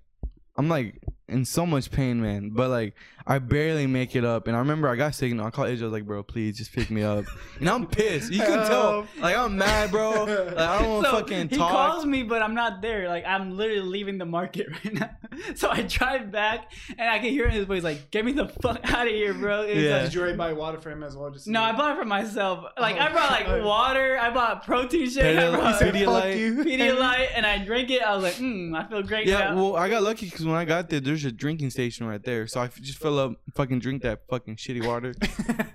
[SPEAKER 2] I'm, like, in so much pain, man. But, like, I barely make it up, and I remember I got signal. I called Israel, I was like, "Bro, please just pick me up." And I'm pissed. You can tell. Like I'm mad, bro. Like I don't want to
[SPEAKER 3] So,
[SPEAKER 2] fucking
[SPEAKER 3] he
[SPEAKER 2] talk.
[SPEAKER 3] calls me, but I'm not there. Like I'm literally leaving the market right now. So I drive back, and I can hear in his voice like, "Get me the fuck out of here, bro." It was
[SPEAKER 2] Yeah.
[SPEAKER 3] like-
[SPEAKER 1] Did you already buy water for him as well? Just
[SPEAKER 3] no, I bought it for myself. Like I
[SPEAKER 1] Oh,
[SPEAKER 3] bought like
[SPEAKER 1] God.
[SPEAKER 3] water, I bought protein shake, I
[SPEAKER 2] Pedialyte-
[SPEAKER 1] He
[SPEAKER 3] brought
[SPEAKER 1] said,
[SPEAKER 2] Pedialyte.
[SPEAKER 1] "Fuck you."
[SPEAKER 3] Pedialyte, and I drank it. I was like, "Hmm, I feel great
[SPEAKER 2] Yeah,
[SPEAKER 3] now."
[SPEAKER 2] well, I got lucky because when I got there, there's a drinking station right there, so I f- just fill up, fucking drink that fucking shitty water,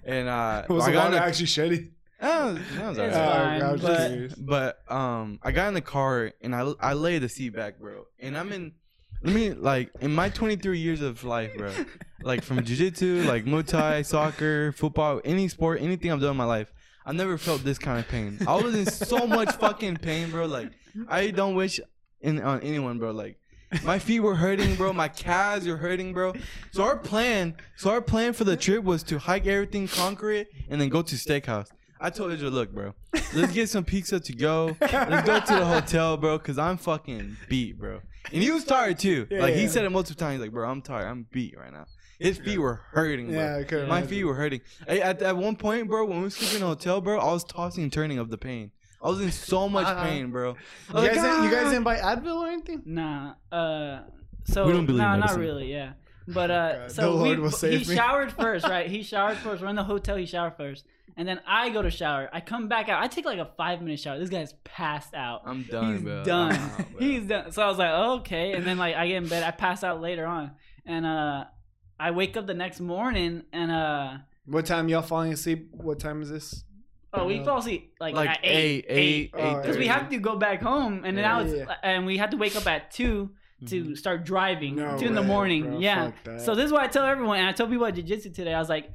[SPEAKER 2] and uh,
[SPEAKER 1] was
[SPEAKER 2] I
[SPEAKER 1] the
[SPEAKER 2] got
[SPEAKER 1] water
[SPEAKER 2] in
[SPEAKER 1] actually shitty?
[SPEAKER 2] the- that was- that was
[SPEAKER 3] It's
[SPEAKER 2] alright.
[SPEAKER 3] fine,
[SPEAKER 1] I was just
[SPEAKER 3] but-
[SPEAKER 1] curious.
[SPEAKER 2] But um, I got in the car and I I lay the seat back, bro. And I'm in, let me like in my 23 years of life, bro. Like from jujitsu, like Muay Thai, soccer, football, any sport, anything I've done in my life, I never felt this kind of pain. I was in so much fucking pain, bro. Like I don't wish in on anyone, bro. Like. My feet were hurting, bro. My calves were hurting, bro. So our plan, so our plan for the trip was to hike everything, conquer it, and then go to steakhouse. I told Israel, look, bro, let's get some pizza to go. Let's go to the hotel, bro, because I'm fucking beat, bro. And he was tired too.
[SPEAKER 1] Yeah,
[SPEAKER 2] like he
[SPEAKER 1] yeah.
[SPEAKER 2] said it multiple times, like, bro, I'm tired. I'm beat right now. His feet were hurting, bro.
[SPEAKER 1] Yeah, I could
[SPEAKER 2] My
[SPEAKER 1] imagine.
[SPEAKER 2] feet were hurting. Hey, at, at one point, bro, when we were sleeping in a hotel, bro, I was tossing and turning of the pain. I was in so much
[SPEAKER 1] Uh-huh.
[SPEAKER 2] pain, bro. I
[SPEAKER 1] You
[SPEAKER 2] was
[SPEAKER 3] Oh
[SPEAKER 1] guys,
[SPEAKER 2] like,
[SPEAKER 1] didn't, you guys
[SPEAKER 2] "Ah."
[SPEAKER 1] didn't buy Advil or anything?
[SPEAKER 3] Nah. Uh, so
[SPEAKER 2] We don't believe
[SPEAKER 3] nah,
[SPEAKER 2] in
[SPEAKER 3] not
[SPEAKER 2] medicine.
[SPEAKER 3] really. Yeah. But uh,
[SPEAKER 1] God.
[SPEAKER 3] so
[SPEAKER 1] The Lord
[SPEAKER 3] we,
[SPEAKER 1] will
[SPEAKER 3] he
[SPEAKER 1] save me.
[SPEAKER 3] showered first, right? He showered first. We're in the hotel. He showered first, and then I go to shower. I come back out. I take like a five minute shower. This guy's passed out.
[SPEAKER 2] I'm done,
[SPEAKER 3] He's
[SPEAKER 2] bro.
[SPEAKER 3] done.
[SPEAKER 2] I'm out, bro.
[SPEAKER 3] He's done. So I was like, okay. And then like I get in bed. I pass out later on, and uh, I wake up the next morning, and uh,
[SPEAKER 1] What time y'all falling asleep? What time is this?
[SPEAKER 3] oh, we
[SPEAKER 1] Uh,
[SPEAKER 3] fall asleep like,
[SPEAKER 2] like
[SPEAKER 3] at
[SPEAKER 2] eight, eight,
[SPEAKER 1] eight. Oh,
[SPEAKER 3] because we have to go back home, and
[SPEAKER 2] Yeah.
[SPEAKER 3] now it's
[SPEAKER 1] Yeah. Mm-hmm.
[SPEAKER 3] and we had to wake up at two
[SPEAKER 2] Mm-hmm.
[SPEAKER 3] to start driving
[SPEAKER 1] No
[SPEAKER 3] two in the
[SPEAKER 1] way,
[SPEAKER 3] morning.
[SPEAKER 1] bro.
[SPEAKER 3] yeah.
[SPEAKER 1] Fuck that.
[SPEAKER 3] So this is why I tell everyone, and I told people at jiu-jitsu today, I was like,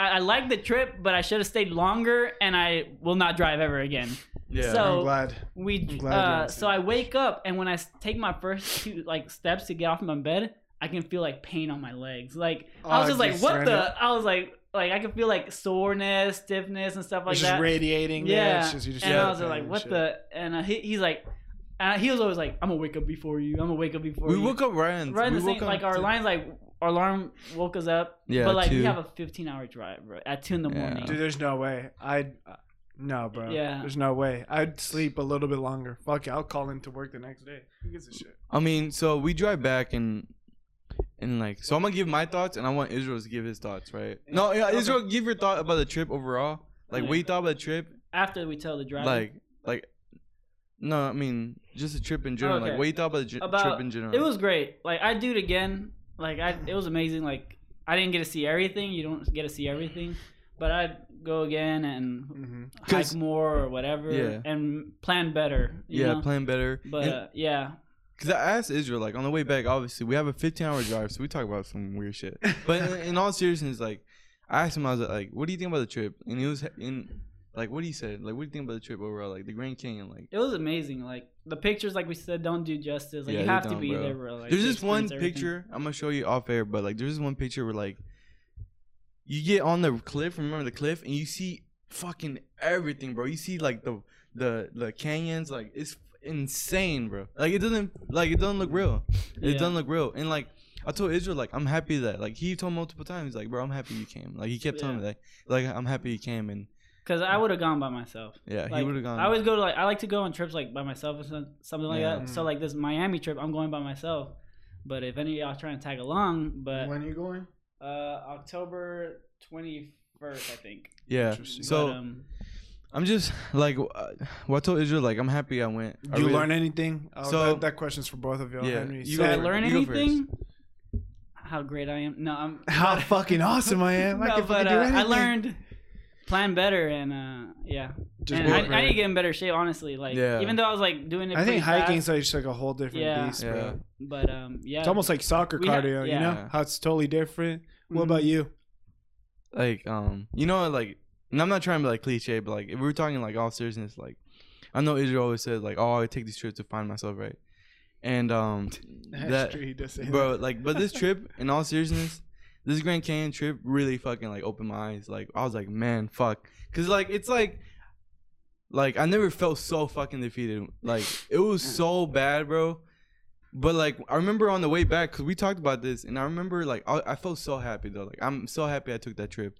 [SPEAKER 3] I, I like the trip, but I should have stayed longer, and I will not drive ever again.
[SPEAKER 2] Yeah.
[SPEAKER 3] So-
[SPEAKER 1] I'm glad. I'm
[SPEAKER 3] We,
[SPEAKER 1] glad you
[SPEAKER 3] uh,
[SPEAKER 1] asked
[SPEAKER 3] so
[SPEAKER 1] me.
[SPEAKER 3] I wake up, and when I s- take my first two like steps to get off my bed, I can feel like pain on my legs. Like I
[SPEAKER 1] Oh,
[SPEAKER 3] was just like,
[SPEAKER 1] just
[SPEAKER 3] what the?
[SPEAKER 1] random.
[SPEAKER 3] I was like, like I can feel like soreness, stiffness, and stuff like
[SPEAKER 1] it's
[SPEAKER 3] that.
[SPEAKER 1] just radiating.
[SPEAKER 3] Yeah.
[SPEAKER 1] It's just, you just
[SPEAKER 3] And
[SPEAKER 2] Yeah.
[SPEAKER 1] feel
[SPEAKER 3] I was
[SPEAKER 1] the pain
[SPEAKER 3] like,
[SPEAKER 1] and
[SPEAKER 3] what
[SPEAKER 1] shit.
[SPEAKER 3] the? And uh, he, he's like, uh, he was always like, I'm gonna wake up before you. I'm gonna wake up before
[SPEAKER 2] we
[SPEAKER 3] you.
[SPEAKER 2] woke up right in
[SPEAKER 3] right in
[SPEAKER 2] we
[SPEAKER 3] the same,
[SPEAKER 2] woke up
[SPEAKER 3] like our
[SPEAKER 2] to-
[SPEAKER 3] lines, like our alarm woke us up.
[SPEAKER 2] Yeah,
[SPEAKER 3] but like
[SPEAKER 2] two.
[SPEAKER 3] we have a 15 hour drive, bro, at two in the
[SPEAKER 2] Yeah.
[SPEAKER 3] morning.
[SPEAKER 1] Dude, there's no way. I, uh, no, bro.
[SPEAKER 3] Yeah.
[SPEAKER 1] There's no way. I'd sleep a little bit longer. Fuck it. I'll call in to work the next day. Who gives a shit?
[SPEAKER 2] I mean, so we drive back and and like, so I'm gonna give my thoughts, and I want Israel to give his thoughts, right? No, yeah, Israel, give your thought about the trip overall. Like, what you thought about the trip?
[SPEAKER 3] After we tell the driver,
[SPEAKER 2] Like, like, no, I mean, just the trip in general.
[SPEAKER 3] Okay.
[SPEAKER 2] Like, what you thought about the ju-
[SPEAKER 3] About-
[SPEAKER 2] trip in general?
[SPEAKER 3] it was great. Like I do it again. Like I, it was amazing. Like I didn't get to see everything. You don't get to see everything, but I'd go again and
[SPEAKER 1] Mm-hmm.
[SPEAKER 3] hike
[SPEAKER 2] 'Cause-
[SPEAKER 3] more or whatever,
[SPEAKER 2] Yeah.
[SPEAKER 3] and plan better. You
[SPEAKER 2] yeah,
[SPEAKER 3] know?
[SPEAKER 2] plan better.
[SPEAKER 3] but uh, yeah,
[SPEAKER 2] Because I asked Israel, like, on the way back, obviously, we have a 15 hour drive, so we talk about some weird shit. But in, in all seriousness, like, I asked him, I was like, what do you think about the trip? And he was in, like, what he said, like, what do you think about the trip overall? Like, the Grand Canyon, like,
[SPEAKER 3] it was amazing. Like the pictures, like we said, don't do justice. Like
[SPEAKER 2] Yeah,
[SPEAKER 3] you
[SPEAKER 2] they
[SPEAKER 3] have to
[SPEAKER 2] don't,
[SPEAKER 3] be
[SPEAKER 2] bro.
[SPEAKER 3] there, bro. Like,
[SPEAKER 2] there's
[SPEAKER 3] to
[SPEAKER 2] this one
[SPEAKER 3] experience everything.
[SPEAKER 2] picture I'm gonna show you off air, but like there's this one picture where like you get on the cliff, remember the cliff, and you see fucking everything, bro. You see like the the the canyons, like it's insane, bro. Like it doesn't like it doesn't look real. It
[SPEAKER 3] Yeah.
[SPEAKER 2] doesn't look real. And like I told Israel, like I'm happy that like he told multiple times, like bro, I'm happy you came. Like he kept telling me, like like I'm happy you came, and
[SPEAKER 3] Because I would have gone by myself.
[SPEAKER 2] yeah, he
[SPEAKER 3] Like,
[SPEAKER 2] would have gone.
[SPEAKER 3] I always go to like I like to go on trips like by myself or some, something like
[SPEAKER 2] Yeah.
[SPEAKER 3] that. So like this Miami trip, I'm going by myself. But if any of y'all trying to tag along, but
[SPEAKER 1] when are you going?
[SPEAKER 3] uh, October 21st, I think.
[SPEAKER 2] yeah.
[SPEAKER 1] Interesting.
[SPEAKER 2] So
[SPEAKER 3] but, um,
[SPEAKER 2] I'm just like, uh, well, I told Israel, like I'm happy I went. I
[SPEAKER 1] Do you
[SPEAKER 2] really-
[SPEAKER 1] learn anything? Oh,
[SPEAKER 2] So-
[SPEAKER 1] that, that question's for both of y'all.
[SPEAKER 2] Yeah,
[SPEAKER 1] Henry.
[SPEAKER 2] you
[SPEAKER 1] So-
[SPEAKER 3] did I
[SPEAKER 2] go
[SPEAKER 3] learn
[SPEAKER 2] you go
[SPEAKER 3] anything? How great I am! No, I'm.
[SPEAKER 1] how fucking awesome I am! I
[SPEAKER 3] no,
[SPEAKER 1] can
[SPEAKER 3] but
[SPEAKER 1] fucking
[SPEAKER 3] uh,
[SPEAKER 1] do anything.
[SPEAKER 3] I learned plan better and uh, yeah,
[SPEAKER 1] Just
[SPEAKER 3] and
[SPEAKER 1] go
[SPEAKER 3] I,
[SPEAKER 1] for
[SPEAKER 3] I need
[SPEAKER 1] it.
[SPEAKER 3] to get in better shape. Honestly, like
[SPEAKER 2] Yeah.
[SPEAKER 3] even though I was like doing it,
[SPEAKER 1] I think
[SPEAKER 3] pretty fast,
[SPEAKER 1] hiking's like just like a whole different
[SPEAKER 3] Yeah.
[SPEAKER 1] beast, bro.
[SPEAKER 2] Yeah.
[SPEAKER 3] but um, yeah,
[SPEAKER 1] It's almost like soccer
[SPEAKER 3] We ha- Mm-hmm.
[SPEAKER 1] cardio, you
[SPEAKER 3] yeah.
[SPEAKER 1] know? How it's totally different. What about you?
[SPEAKER 2] like um you know like and I'm not trying to be like cliche, but like if we were talking like all seriousness, like I know Israel always says like, Oh, I take these trips to find myself right. And um that
[SPEAKER 1] he does say
[SPEAKER 2] bro, like but this trip, in all seriousness, this Grand Canyon trip really fucking like opened my eyes. Like I was like, man, fuck. Cause like it's like like I never felt so fucking defeated. Like it was so bad, bro. But like I remember on the way back because we talked about this, and I remember like I, I felt so happy though. Like I'm so happy I took that trip,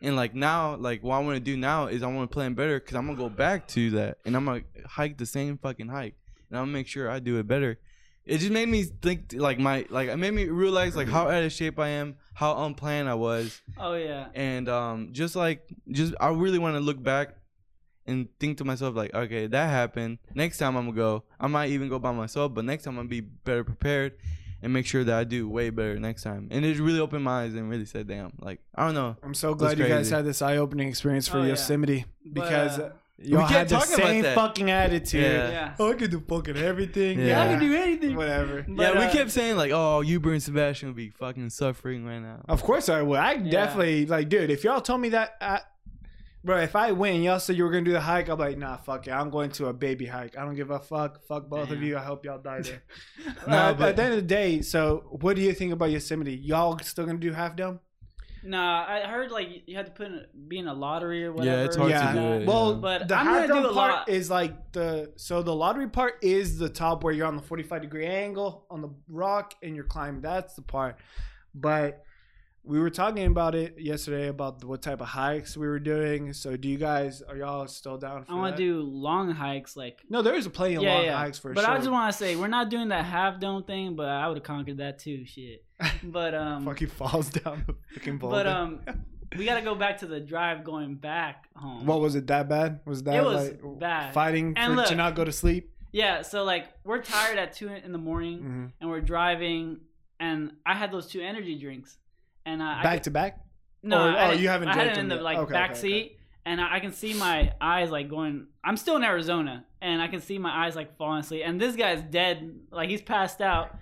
[SPEAKER 2] and like now like what I want to do now is I want to plan better because I'm gonna go back to that and I'm gonna hike the same fucking hike, and I'm gonna make sure I do it better. It just made me think like my like it made me realize like how out of shape I am, how unplanned I was,
[SPEAKER 3] Oh yeah.
[SPEAKER 2] and um just like just I really want to look back and think to myself like okay that happened next time I'm gonna go I might even go by myself but next time I'm gonna be better prepared and make sure that I do way better next time and it just really opened my eyes and really said damn like I don't know
[SPEAKER 1] I'm so
[SPEAKER 2] That's
[SPEAKER 1] glad you guys
[SPEAKER 2] crazy.
[SPEAKER 1] had this eye opening experience for
[SPEAKER 3] Oh, yeah.
[SPEAKER 1] Yosemite
[SPEAKER 3] But,
[SPEAKER 1] because
[SPEAKER 3] uh,
[SPEAKER 1] you all
[SPEAKER 2] We
[SPEAKER 1] had
[SPEAKER 2] can't
[SPEAKER 1] the
[SPEAKER 2] talk about
[SPEAKER 1] same
[SPEAKER 2] that.
[SPEAKER 1] fucking attitude.
[SPEAKER 2] Yeah.
[SPEAKER 3] yeah.
[SPEAKER 1] Oh, I can do fucking everything.
[SPEAKER 2] Yeah.
[SPEAKER 3] I can do anything.
[SPEAKER 1] whatever.
[SPEAKER 2] yeah
[SPEAKER 3] But,
[SPEAKER 2] we
[SPEAKER 3] uh,
[SPEAKER 2] kept saying like oh Uber and Sebastian would be fucking suffering right now
[SPEAKER 1] Of course I would. I
[SPEAKER 3] Yeah.
[SPEAKER 1] definitely like, dude. If y'all told me that, I, bro, if I win, y'all said you were gonna do the hike. I'm like, nah, fuck it. I'm going to a baby hike. I don't give a fuck. Fuck both of
[SPEAKER 3] Damn.
[SPEAKER 1] you. I hope y'all die there.
[SPEAKER 2] Nah,
[SPEAKER 1] uh, but at
[SPEAKER 2] but-
[SPEAKER 1] the end of the day, so what do you think about Yosemite? Y'all still gonna do half dome?
[SPEAKER 3] Nah, I heard like you had to put in, be in a lottery or whatever.
[SPEAKER 2] Yeah, it's hard
[SPEAKER 1] Yeah.
[SPEAKER 2] to do it
[SPEAKER 1] Well,
[SPEAKER 2] yeah.
[SPEAKER 3] But
[SPEAKER 1] The
[SPEAKER 3] I'm
[SPEAKER 1] half
[SPEAKER 3] gonna do
[SPEAKER 1] dome
[SPEAKER 3] a
[SPEAKER 1] part
[SPEAKER 3] lot.
[SPEAKER 1] is like the so the lottery part is the top where you're on the 45 degree angle on the rock and you're climbing. That's the part. But we were talking about it yesterday about what type of hikes we were doing. So do you guys are y'all still down for
[SPEAKER 3] I want
[SPEAKER 1] that?
[SPEAKER 3] to do long hikes, like
[SPEAKER 1] No, there's plenty of
[SPEAKER 3] yeah,
[SPEAKER 1] long
[SPEAKER 3] yeah.
[SPEAKER 1] hikes for
[SPEAKER 3] but
[SPEAKER 1] sure.
[SPEAKER 3] I just want to say we're not doing that half dome thing, but I would have conquered that too. Shit. But um,
[SPEAKER 1] fucking falls down the fucking boulder.
[SPEAKER 3] but um, we gotta go back to the drive going back home.
[SPEAKER 1] what was it that bad? Was that
[SPEAKER 3] It was
[SPEAKER 1] like
[SPEAKER 3] bad.
[SPEAKER 1] fighting
[SPEAKER 3] And
[SPEAKER 1] for, to
[SPEAKER 3] look-
[SPEAKER 1] not go to sleep?
[SPEAKER 3] yeah, so like we're tired at two in the morning,
[SPEAKER 1] Mhm.
[SPEAKER 3] and we're driving, and I had those two energy drinks, and I, I
[SPEAKER 1] Back to back.
[SPEAKER 3] No,
[SPEAKER 1] Or-
[SPEAKER 3] I
[SPEAKER 1] oh,
[SPEAKER 3] didn't-
[SPEAKER 1] you haven't
[SPEAKER 3] I had
[SPEAKER 1] drank
[SPEAKER 3] it in
[SPEAKER 1] them
[SPEAKER 3] the
[SPEAKER 1] yet.
[SPEAKER 3] like
[SPEAKER 1] Okay,
[SPEAKER 3] back
[SPEAKER 1] okay,
[SPEAKER 3] seat, and I, I can see my eyes like going. I'm still in Arizona, and I can see my eyes like falling asleep. And this guy's dead, like he's passed out.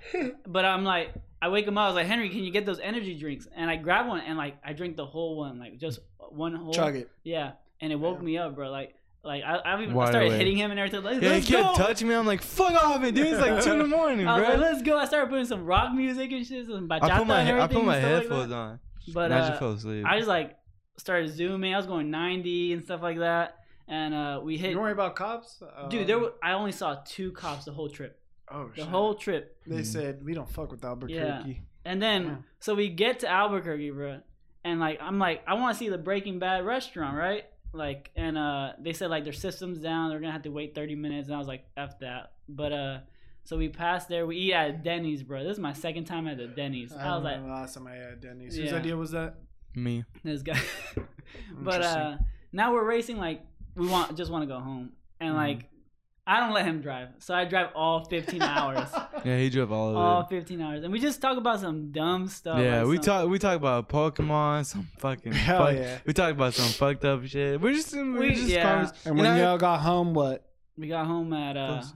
[SPEAKER 3] but I'm like, I wake him up. I was like, Henry, can you get those energy drinks? And I grab one, and like I drink the whole one, like just one whole.
[SPEAKER 1] Chug it.
[SPEAKER 3] Yeah, and it woke
[SPEAKER 1] Damn.
[SPEAKER 3] me up, bro. Like, like I, I even I
[SPEAKER 2] Wide
[SPEAKER 3] started
[SPEAKER 2] awake.
[SPEAKER 3] hitting him and everything. Like,
[SPEAKER 2] yeah he
[SPEAKER 3] let's go.
[SPEAKER 2] kept touching me I'm like fuck off it dude it's like two in the morning
[SPEAKER 3] I was like,
[SPEAKER 2] bro
[SPEAKER 3] let's go. I started putting some rock music and shit, some bachata
[SPEAKER 2] I put my
[SPEAKER 3] and
[SPEAKER 2] he- I
[SPEAKER 3] everything.
[SPEAKER 2] put my
[SPEAKER 3] and stuff like
[SPEAKER 2] headphones
[SPEAKER 3] that.
[SPEAKER 2] on
[SPEAKER 3] But
[SPEAKER 2] and I
[SPEAKER 3] uh,
[SPEAKER 2] just fell asleep
[SPEAKER 3] I just like started zooming. I was going 90 and stuff like that. And uh, we hit.
[SPEAKER 1] You worry about cops, Um,
[SPEAKER 3] Dude, there were, I only saw two cops the whole trip.
[SPEAKER 1] oh,
[SPEAKER 3] The
[SPEAKER 1] shit.
[SPEAKER 3] whole trip.
[SPEAKER 1] They
[SPEAKER 2] Mhm.
[SPEAKER 1] said we don't fuck with Albuquerque.
[SPEAKER 3] And then,
[SPEAKER 1] Yeah.
[SPEAKER 3] so we get to Albuquerque, bro. And like, I'm like, I want to see the Breaking Bad restaurant, right? Like, and uh, they said like their system's down. They're going to have to wait 30 minutes. And I was like, F that. But uh, so we passed there. We eat at Denny's, bro. This is my second time at the Denny's. I,
[SPEAKER 1] don't
[SPEAKER 3] was like,
[SPEAKER 1] remember the last time I had Denny's. Whose
[SPEAKER 3] Yeah.
[SPEAKER 1] idea was that?
[SPEAKER 2] me
[SPEAKER 3] this guy. but uh, now we're racing like we want just want to go home and
[SPEAKER 2] Mhm.
[SPEAKER 3] like I don't let him drive, so I drive all 15 hours,
[SPEAKER 2] yeah he drove all of it
[SPEAKER 3] all 15 hours, and we just talk about some dumb stuff.
[SPEAKER 2] yeah,
[SPEAKER 3] like
[SPEAKER 2] we
[SPEAKER 3] some-
[SPEAKER 2] talk we talk about Pokemon, some fucking
[SPEAKER 1] Hell
[SPEAKER 2] fuck-
[SPEAKER 1] yeah.
[SPEAKER 2] We talk about some fucked up shit. We're just we're
[SPEAKER 3] We-
[SPEAKER 2] just
[SPEAKER 3] yeah.
[SPEAKER 2] convers-
[SPEAKER 1] And
[SPEAKER 2] you
[SPEAKER 1] when
[SPEAKER 2] know,
[SPEAKER 1] y'all got home, what?
[SPEAKER 3] We got home at uh,
[SPEAKER 2] Close.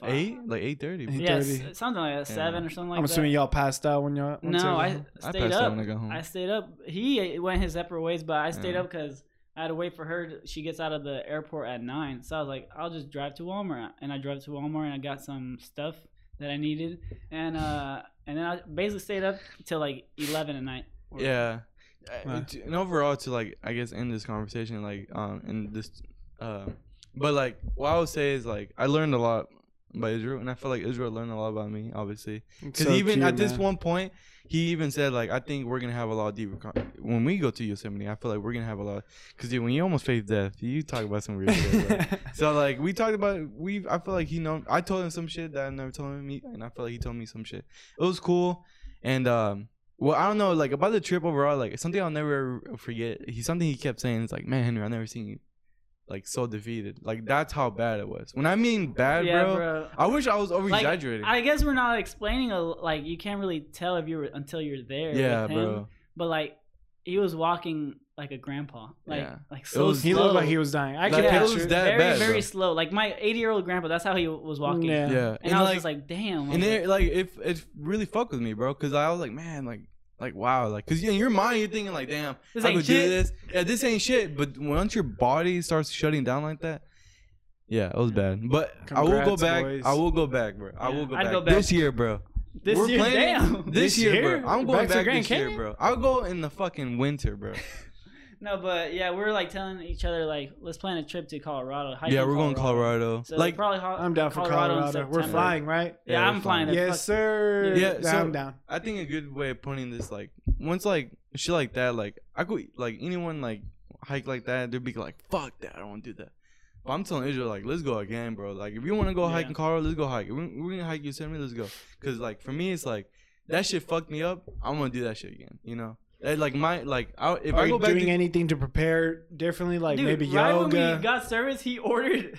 [SPEAKER 3] fuck.
[SPEAKER 2] eight like eight thirty.
[SPEAKER 1] Eight
[SPEAKER 3] yeah, s-
[SPEAKER 1] thirty.
[SPEAKER 3] something like that,
[SPEAKER 2] Yeah.
[SPEAKER 3] seven or something like
[SPEAKER 1] I'm
[SPEAKER 3] that.
[SPEAKER 1] assuming y'all passed out when y'all. once y'all
[SPEAKER 3] no,
[SPEAKER 1] got
[SPEAKER 3] I
[SPEAKER 1] home.
[SPEAKER 2] I
[SPEAKER 3] stayed
[SPEAKER 2] passed out
[SPEAKER 3] up.
[SPEAKER 2] when I got home.
[SPEAKER 3] I stayed up. He went his separate ways, but I
[SPEAKER 2] Mm-hmm.
[SPEAKER 3] stayed
[SPEAKER 2] Yeah.
[SPEAKER 3] up 'cause up because I had to wait for her. To, she gets out of the airport at nine, so I was like, I'll just drive to Walmart, and I drove to Walmart and I got some stuff that I needed, and uh, and then I basically stayed up till like eleven at night.
[SPEAKER 2] yeah, Uh,
[SPEAKER 1] Wow.
[SPEAKER 2] to- and overall to like I guess end this conversation like um and this, uh, but like what I would say is like I learned a lot by Israel and I feel like Israel learned a lot about me obviously
[SPEAKER 1] It's
[SPEAKER 2] Because
[SPEAKER 1] so
[SPEAKER 2] even
[SPEAKER 1] cute,
[SPEAKER 2] at this
[SPEAKER 1] man.
[SPEAKER 2] one point, he even said like, "I think we're gonna have a lot deeper con- when we go to Yosemite. I feel like we're gonna have a lot because when you almost face death, you talk about some weird shit." bro. so like we talked about we. I feel like he know. I told him some shit that I never told him, he- and I feel like he told me some shit. It was cool, and um. Well, I don't know, like about the trip overall, like something I'll never forget. He something he kept saying is like, "Man, Henry, I never seen you like so defeated. Like that's how bad it was." When I mean bad,
[SPEAKER 3] yeah,
[SPEAKER 2] bro,
[SPEAKER 3] bro.
[SPEAKER 2] I wish I was over exaggerating.
[SPEAKER 3] I guess we're not explaining a, like you can't really tell if you were until you're there.
[SPEAKER 2] yeah,
[SPEAKER 3] with him,
[SPEAKER 2] bro.
[SPEAKER 3] But like, he was walking like a grandpa, like
[SPEAKER 2] Yeah.
[SPEAKER 3] like so
[SPEAKER 2] was-
[SPEAKER 1] he
[SPEAKER 3] slow.
[SPEAKER 1] looked like he was dying. I
[SPEAKER 2] Like,
[SPEAKER 1] can
[SPEAKER 3] it
[SPEAKER 1] picture
[SPEAKER 2] was
[SPEAKER 1] it.
[SPEAKER 2] that
[SPEAKER 3] very
[SPEAKER 2] bad,
[SPEAKER 3] very
[SPEAKER 2] bro.
[SPEAKER 3] slow. Like my 80 year old grandpa, that's how he was walking.
[SPEAKER 1] Yeah.
[SPEAKER 3] Yeah.
[SPEAKER 2] Yeah,
[SPEAKER 3] And, I was just like, damn.
[SPEAKER 2] and it like it it really fucked with me, bro. Cause I was like, man, like like wow, like cause in your mind you're thinking like, damn,
[SPEAKER 3] This
[SPEAKER 2] I
[SPEAKER 3] ain't
[SPEAKER 2] could do
[SPEAKER 3] shit.
[SPEAKER 2] this. Yeah, this ain't shit. But once your body starts shutting down like that, yeah, it was bad. But I will go
[SPEAKER 1] Congrats,
[SPEAKER 2] back.
[SPEAKER 1] boys.
[SPEAKER 2] I will go back, bro. I will go
[SPEAKER 3] I'd
[SPEAKER 2] back.
[SPEAKER 3] go back.
[SPEAKER 2] this year, bro.
[SPEAKER 3] this
[SPEAKER 2] We're
[SPEAKER 3] year,
[SPEAKER 2] planning-
[SPEAKER 3] damn.
[SPEAKER 2] This,
[SPEAKER 1] This
[SPEAKER 2] year,
[SPEAKER 1] year?
[SPEAKER 2] bro.
[SPEAKER 1] Back
[SPEAKER 2] I'm going
[SPEAKER 1] to
[SPEAKER 2] back,
[SPEAKER 1] Grand
[SPEAKER 2] this year,
[SPEAKER 1] Canyon?
[SPEAKER 2] bro. I'll go in the fucking winter, bro.
[SPEAKER 3] No, but yeah, we were like telling each other like, let's plan a trip to Colorado. hike
[SPEAKER 2] yeah,
[SPEAKER 3] in
[SPEAKER 2] we're going Colorado.
[SPEAKER 3] So
[SPEAKER 2] like,
[SPEAKER 3] probably ho-
[SPEAKER 1] I'm down for
[SPEAKER 3] in
[SPEAKER 1] Colorado. We're
[SPEAKER 3] September.
[SPEAKER 1] flying, right?
[SPEAKER 3] Yeah,
[SPEAKER 2] Yeah,
[SPEAKER 3] I'm
[SPEAKER 2] we're
[SPEAKER 3] flying.
[SPEAKER 2] flying.
[SPEAKER 3] to
[SPEAKER 1] Yes,
[SPEAKER 3] fuck-
[SPEAKER 1] sir.
[SPEAKER 2] Yeah, so-
[SPEAKER 1] I'm down.
[SPEAKER 2] I think a good way of putting this, like, once like shit like that, like I could like anyone like hike like that, they'd be like, "Fuck that, I don't want to do that." But I'm telling Israel, like, let's go again, bro. Like, if you want to go hike
[SPEAKER 3] Yeah.
[SPEAKER 2] in Colorado, let's go hike. If we- We're gonna hike Yosemite, let's go. Cause like for me, it's like that shit fucked me up. I'm gonna do that shit again. You know, That, like my like I, if
[SPEAKER 1] Are
[SPEAKER 2] I go
[SPEAKER 1] you
[SPEAKER 2] back
[SPEAKER 1] doing
[SPEAKER 2] to
[SPEAKER 1] anything to prepare differently, like
[SPEAKER 3] Dude,
[SPEAKER 1] maybe
[SPEAKER 3] right when
[SPEAKER 1] yoga?
[SPEAKER 3] we got service, he ordered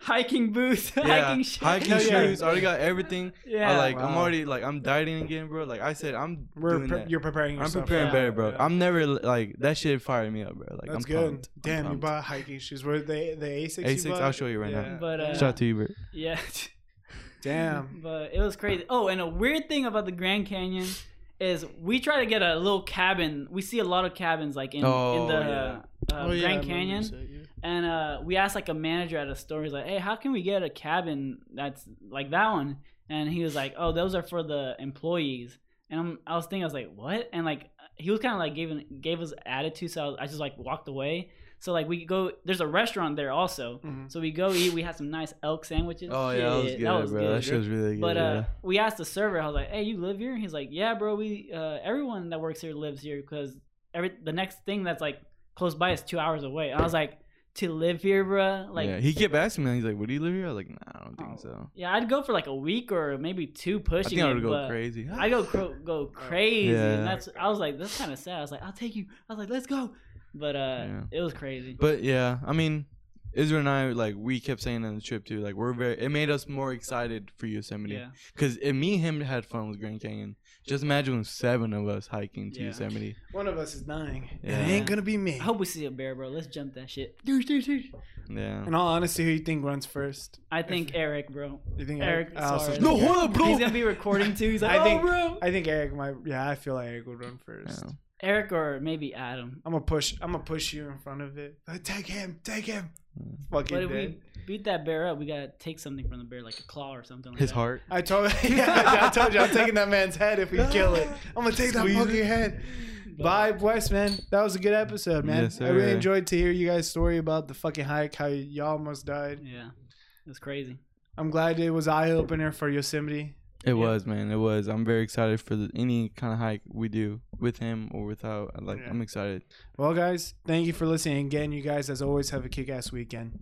[SPEAKER 3] hiking boots,
[SPEAKER 2] yeah,
[SPEAKER 3] hiking shoes.
[SPEAKER 2] hiking
[SPEAKER 1] Hell yeah.
[SPEAKER 2] shoes, I already got everything.
[SPEAKER 3] Yeah,
[SPEAKER 2] I, like I'm
[SPEAKER 1] Wow.
[SPEAKER 2] already like I'm dieting again, bro. Like I said, I'm
[SPEAKER 1] We're
[SPEAKER 2] doing
[SPEAKER 1] pre-
[SPEAKER 2] that.
[SPEAKER 1] you're preparing
[SPEAKER 2] I'm
[SPEAKER 1] yourself.
[SPEAKER 2] preparing
[SPEAKER 3] Yeah.
[SPEAKER 2] better, bro. I'm never like that shit fired me up, bro. Like
[SPEAKER 1] That's
[SPEAKER 2] I'm
[SPEAKER 1] good.
[SPEAKER 2] pumped. I'm
[SPEAKER 1] Damn, you
[SPEAKER 2] pumped.
[SPEAKER 1] bought hiking shoes. Were they the Asics?
[SPEAKER 2] A6,
[SPEAKER 1] you bought?
[SPEAKER 2] I'll show you right now.
[SPEAKER 3] But, uh,
[SPEAKER 2] Shout out to you, bro.
[SPEAKER 3] yeah.
[SPEAKER 1] Damn.
[SPEAKER 3] But it was crazy. Oh, and a weird thing about the Grand Canyon is we try to get a little cabin. We see a lot of cabins like in, in
[SPEAKER 2] Oh,
[SPEAKER 3] the
[SPEAKER 2] yeah.
[SPEAKER 3] uh, Grand Canyon. And uh, we asked like a manager at a store. He's like, "Hey, how can we get a cabin that's like that one?" And he was like, "Oh, those are for the employees." And I'm, I was thinking, I was like, "What?" And like he was kind of like giving gave us attitude, so I, was- I just like walked away. So like we go, there's a restaurant there also.
[SPEAKER 2] Mm-hmm.
[SPEAKER 1] Mhm.
[SPEAKER 3] So we go eat. We had some nice elk sandwiches.
[SPEAKER 2] Oh yeah, that was
[SPEAKER 3] Shit,
[SPEAKER 2] good, bro. That shit was really good.
[SPEAKER 3] But uh,
[SPEAKER 2] yeah.
[SPEAKER 3] we asked the server. I was like, "Hey, you live here?" And he's like, "Yeah, bro. We uh, everyone that works here lives here because every the next thing that's like close by is two hours away." And I was like, "To live here, bro? Like,
[SPEAKER 2] yeah,
[SPEAKER 3] yeah,
[SPEAKER 2] he kept asking me. He's like, "Would you live here?" I was like, "Nah, I don't think
[SPEAKER 3] Oh,
[SPEAKER 2] so."
[SPEAKER 3] I'd go for like a week or maybe two
[SPEAKER 2] I
[SPEAKER 3] pushing
[SPEAKER 2] think I
[SPEAKER 3] it,
[SPEAKER 2] would go
[SPEAKER 3] but
[SPEAKER 2] crazy.
[SPEAKER 3] I go cro- go crazy,
[SPEAKER 2] Yeah.
[SPEAKER 3] and that's I was like, that's kind of sad. I was like, I'll take you. I was like, let's go. But uh,
[SPEAKER 2] Yeah.
[SPEAKER 3] it was crazy.
[SPEAKER 2] But yeah, I mean, Israel and I like we kept saying on the trip too. Like we're very. It made us more excited for Yosemite.
[SPEAKER 3] yeah,
[SPEAKER 2] Cause if me and him had fun with Grand Canyon. Just imagine with seven of us hiking to
[SPEAKER 3] Yeah.
[SPEAKER 2] Yosemite.
[SPEAKER 1] One of us is dying.
[SPEAKER 2] Yeah.
[SPEAKER 1] It ain't gonna be me.
[SPEAKER 3] I hope we see a bear, bro. Let's jump that shit. Doosh, doosh, doosh.
[SPEAKER 2] Yeah.
[SPEAKER 1] In all honesty, who you think runs first?
[SPEAKER 3] I think Eric, bro.
[SPEAKER 1] You think
[SPEAKER 3] Eric
[SPEAKER 1] I also
[SPEAKER 3] Suarez.
[SPEAKER 1] think
[SPEAKER 3] No,
[SPEAKER 1] Eric-
[SPEAKER 2] up,
[SPEAKER 3] He's gonna be recording too. He's
[SPEAKER 1] I
[SPEAKER 3] like, oh,
[SPEAKER 1] think-
[SPEAKER 3] bro.
[SPEAKER 1] I think Eric might. Yeah, I feel like Eric would run first.
[SPEAKER 2] Yeah.
[SPEAKER 3] Eric or maybe Adam.
[SPEAKER 1] I'm gonna push. I'm gonna push you in front of it. Like, take him. Take him.
[SPEAKER 2] Mm.
[SPEAKER 1] Fucking
[SPEAKER 3] But if
[SPEAKER 1] dead.
[SPEAKER 3] we beat that bear up, we gotta take something from the bear, like a claw or something. Like
[SPEAKER 2] His
[SPEAKER 3] that.
[SPEAKER 2] heart.
[SPEAKER 1] I told. Yeah, I told you I'm taking that man's head if we kill it. I'm gonna take
[SPEAKER 2] Squeeze
[SPEAKER 1] that
[SPEAKER 2] it.
[SPEAKER 1] fucking head. Bye, West man. That was a good episode, man.
[SPEAKER 2] Yes,
[SPEAKER 1] I really
[SPEAKER 2] sir.
[SPEAKER 1] enjoyed to hear you guys' story about the fucking hike, how y'all almost died.
[SPEAKER 3] Yeah, it was crazy.
[SPEAKER 1] I'm glad it was eye opener for Yosemite.
[SPEAKER 2] It
[SPEAKER 3] Yeah.
[SPEAKER 2] was, man. It was. I'm very excited for the, any kind of hike we do with him or without. I Like,
[SPEAKER 1] Yeah.
[SPEAKER 2] I'm excited.
[SPEAKER 1] Well, guys, thank you for listening again. You guys, as always, have a kick ass weekend.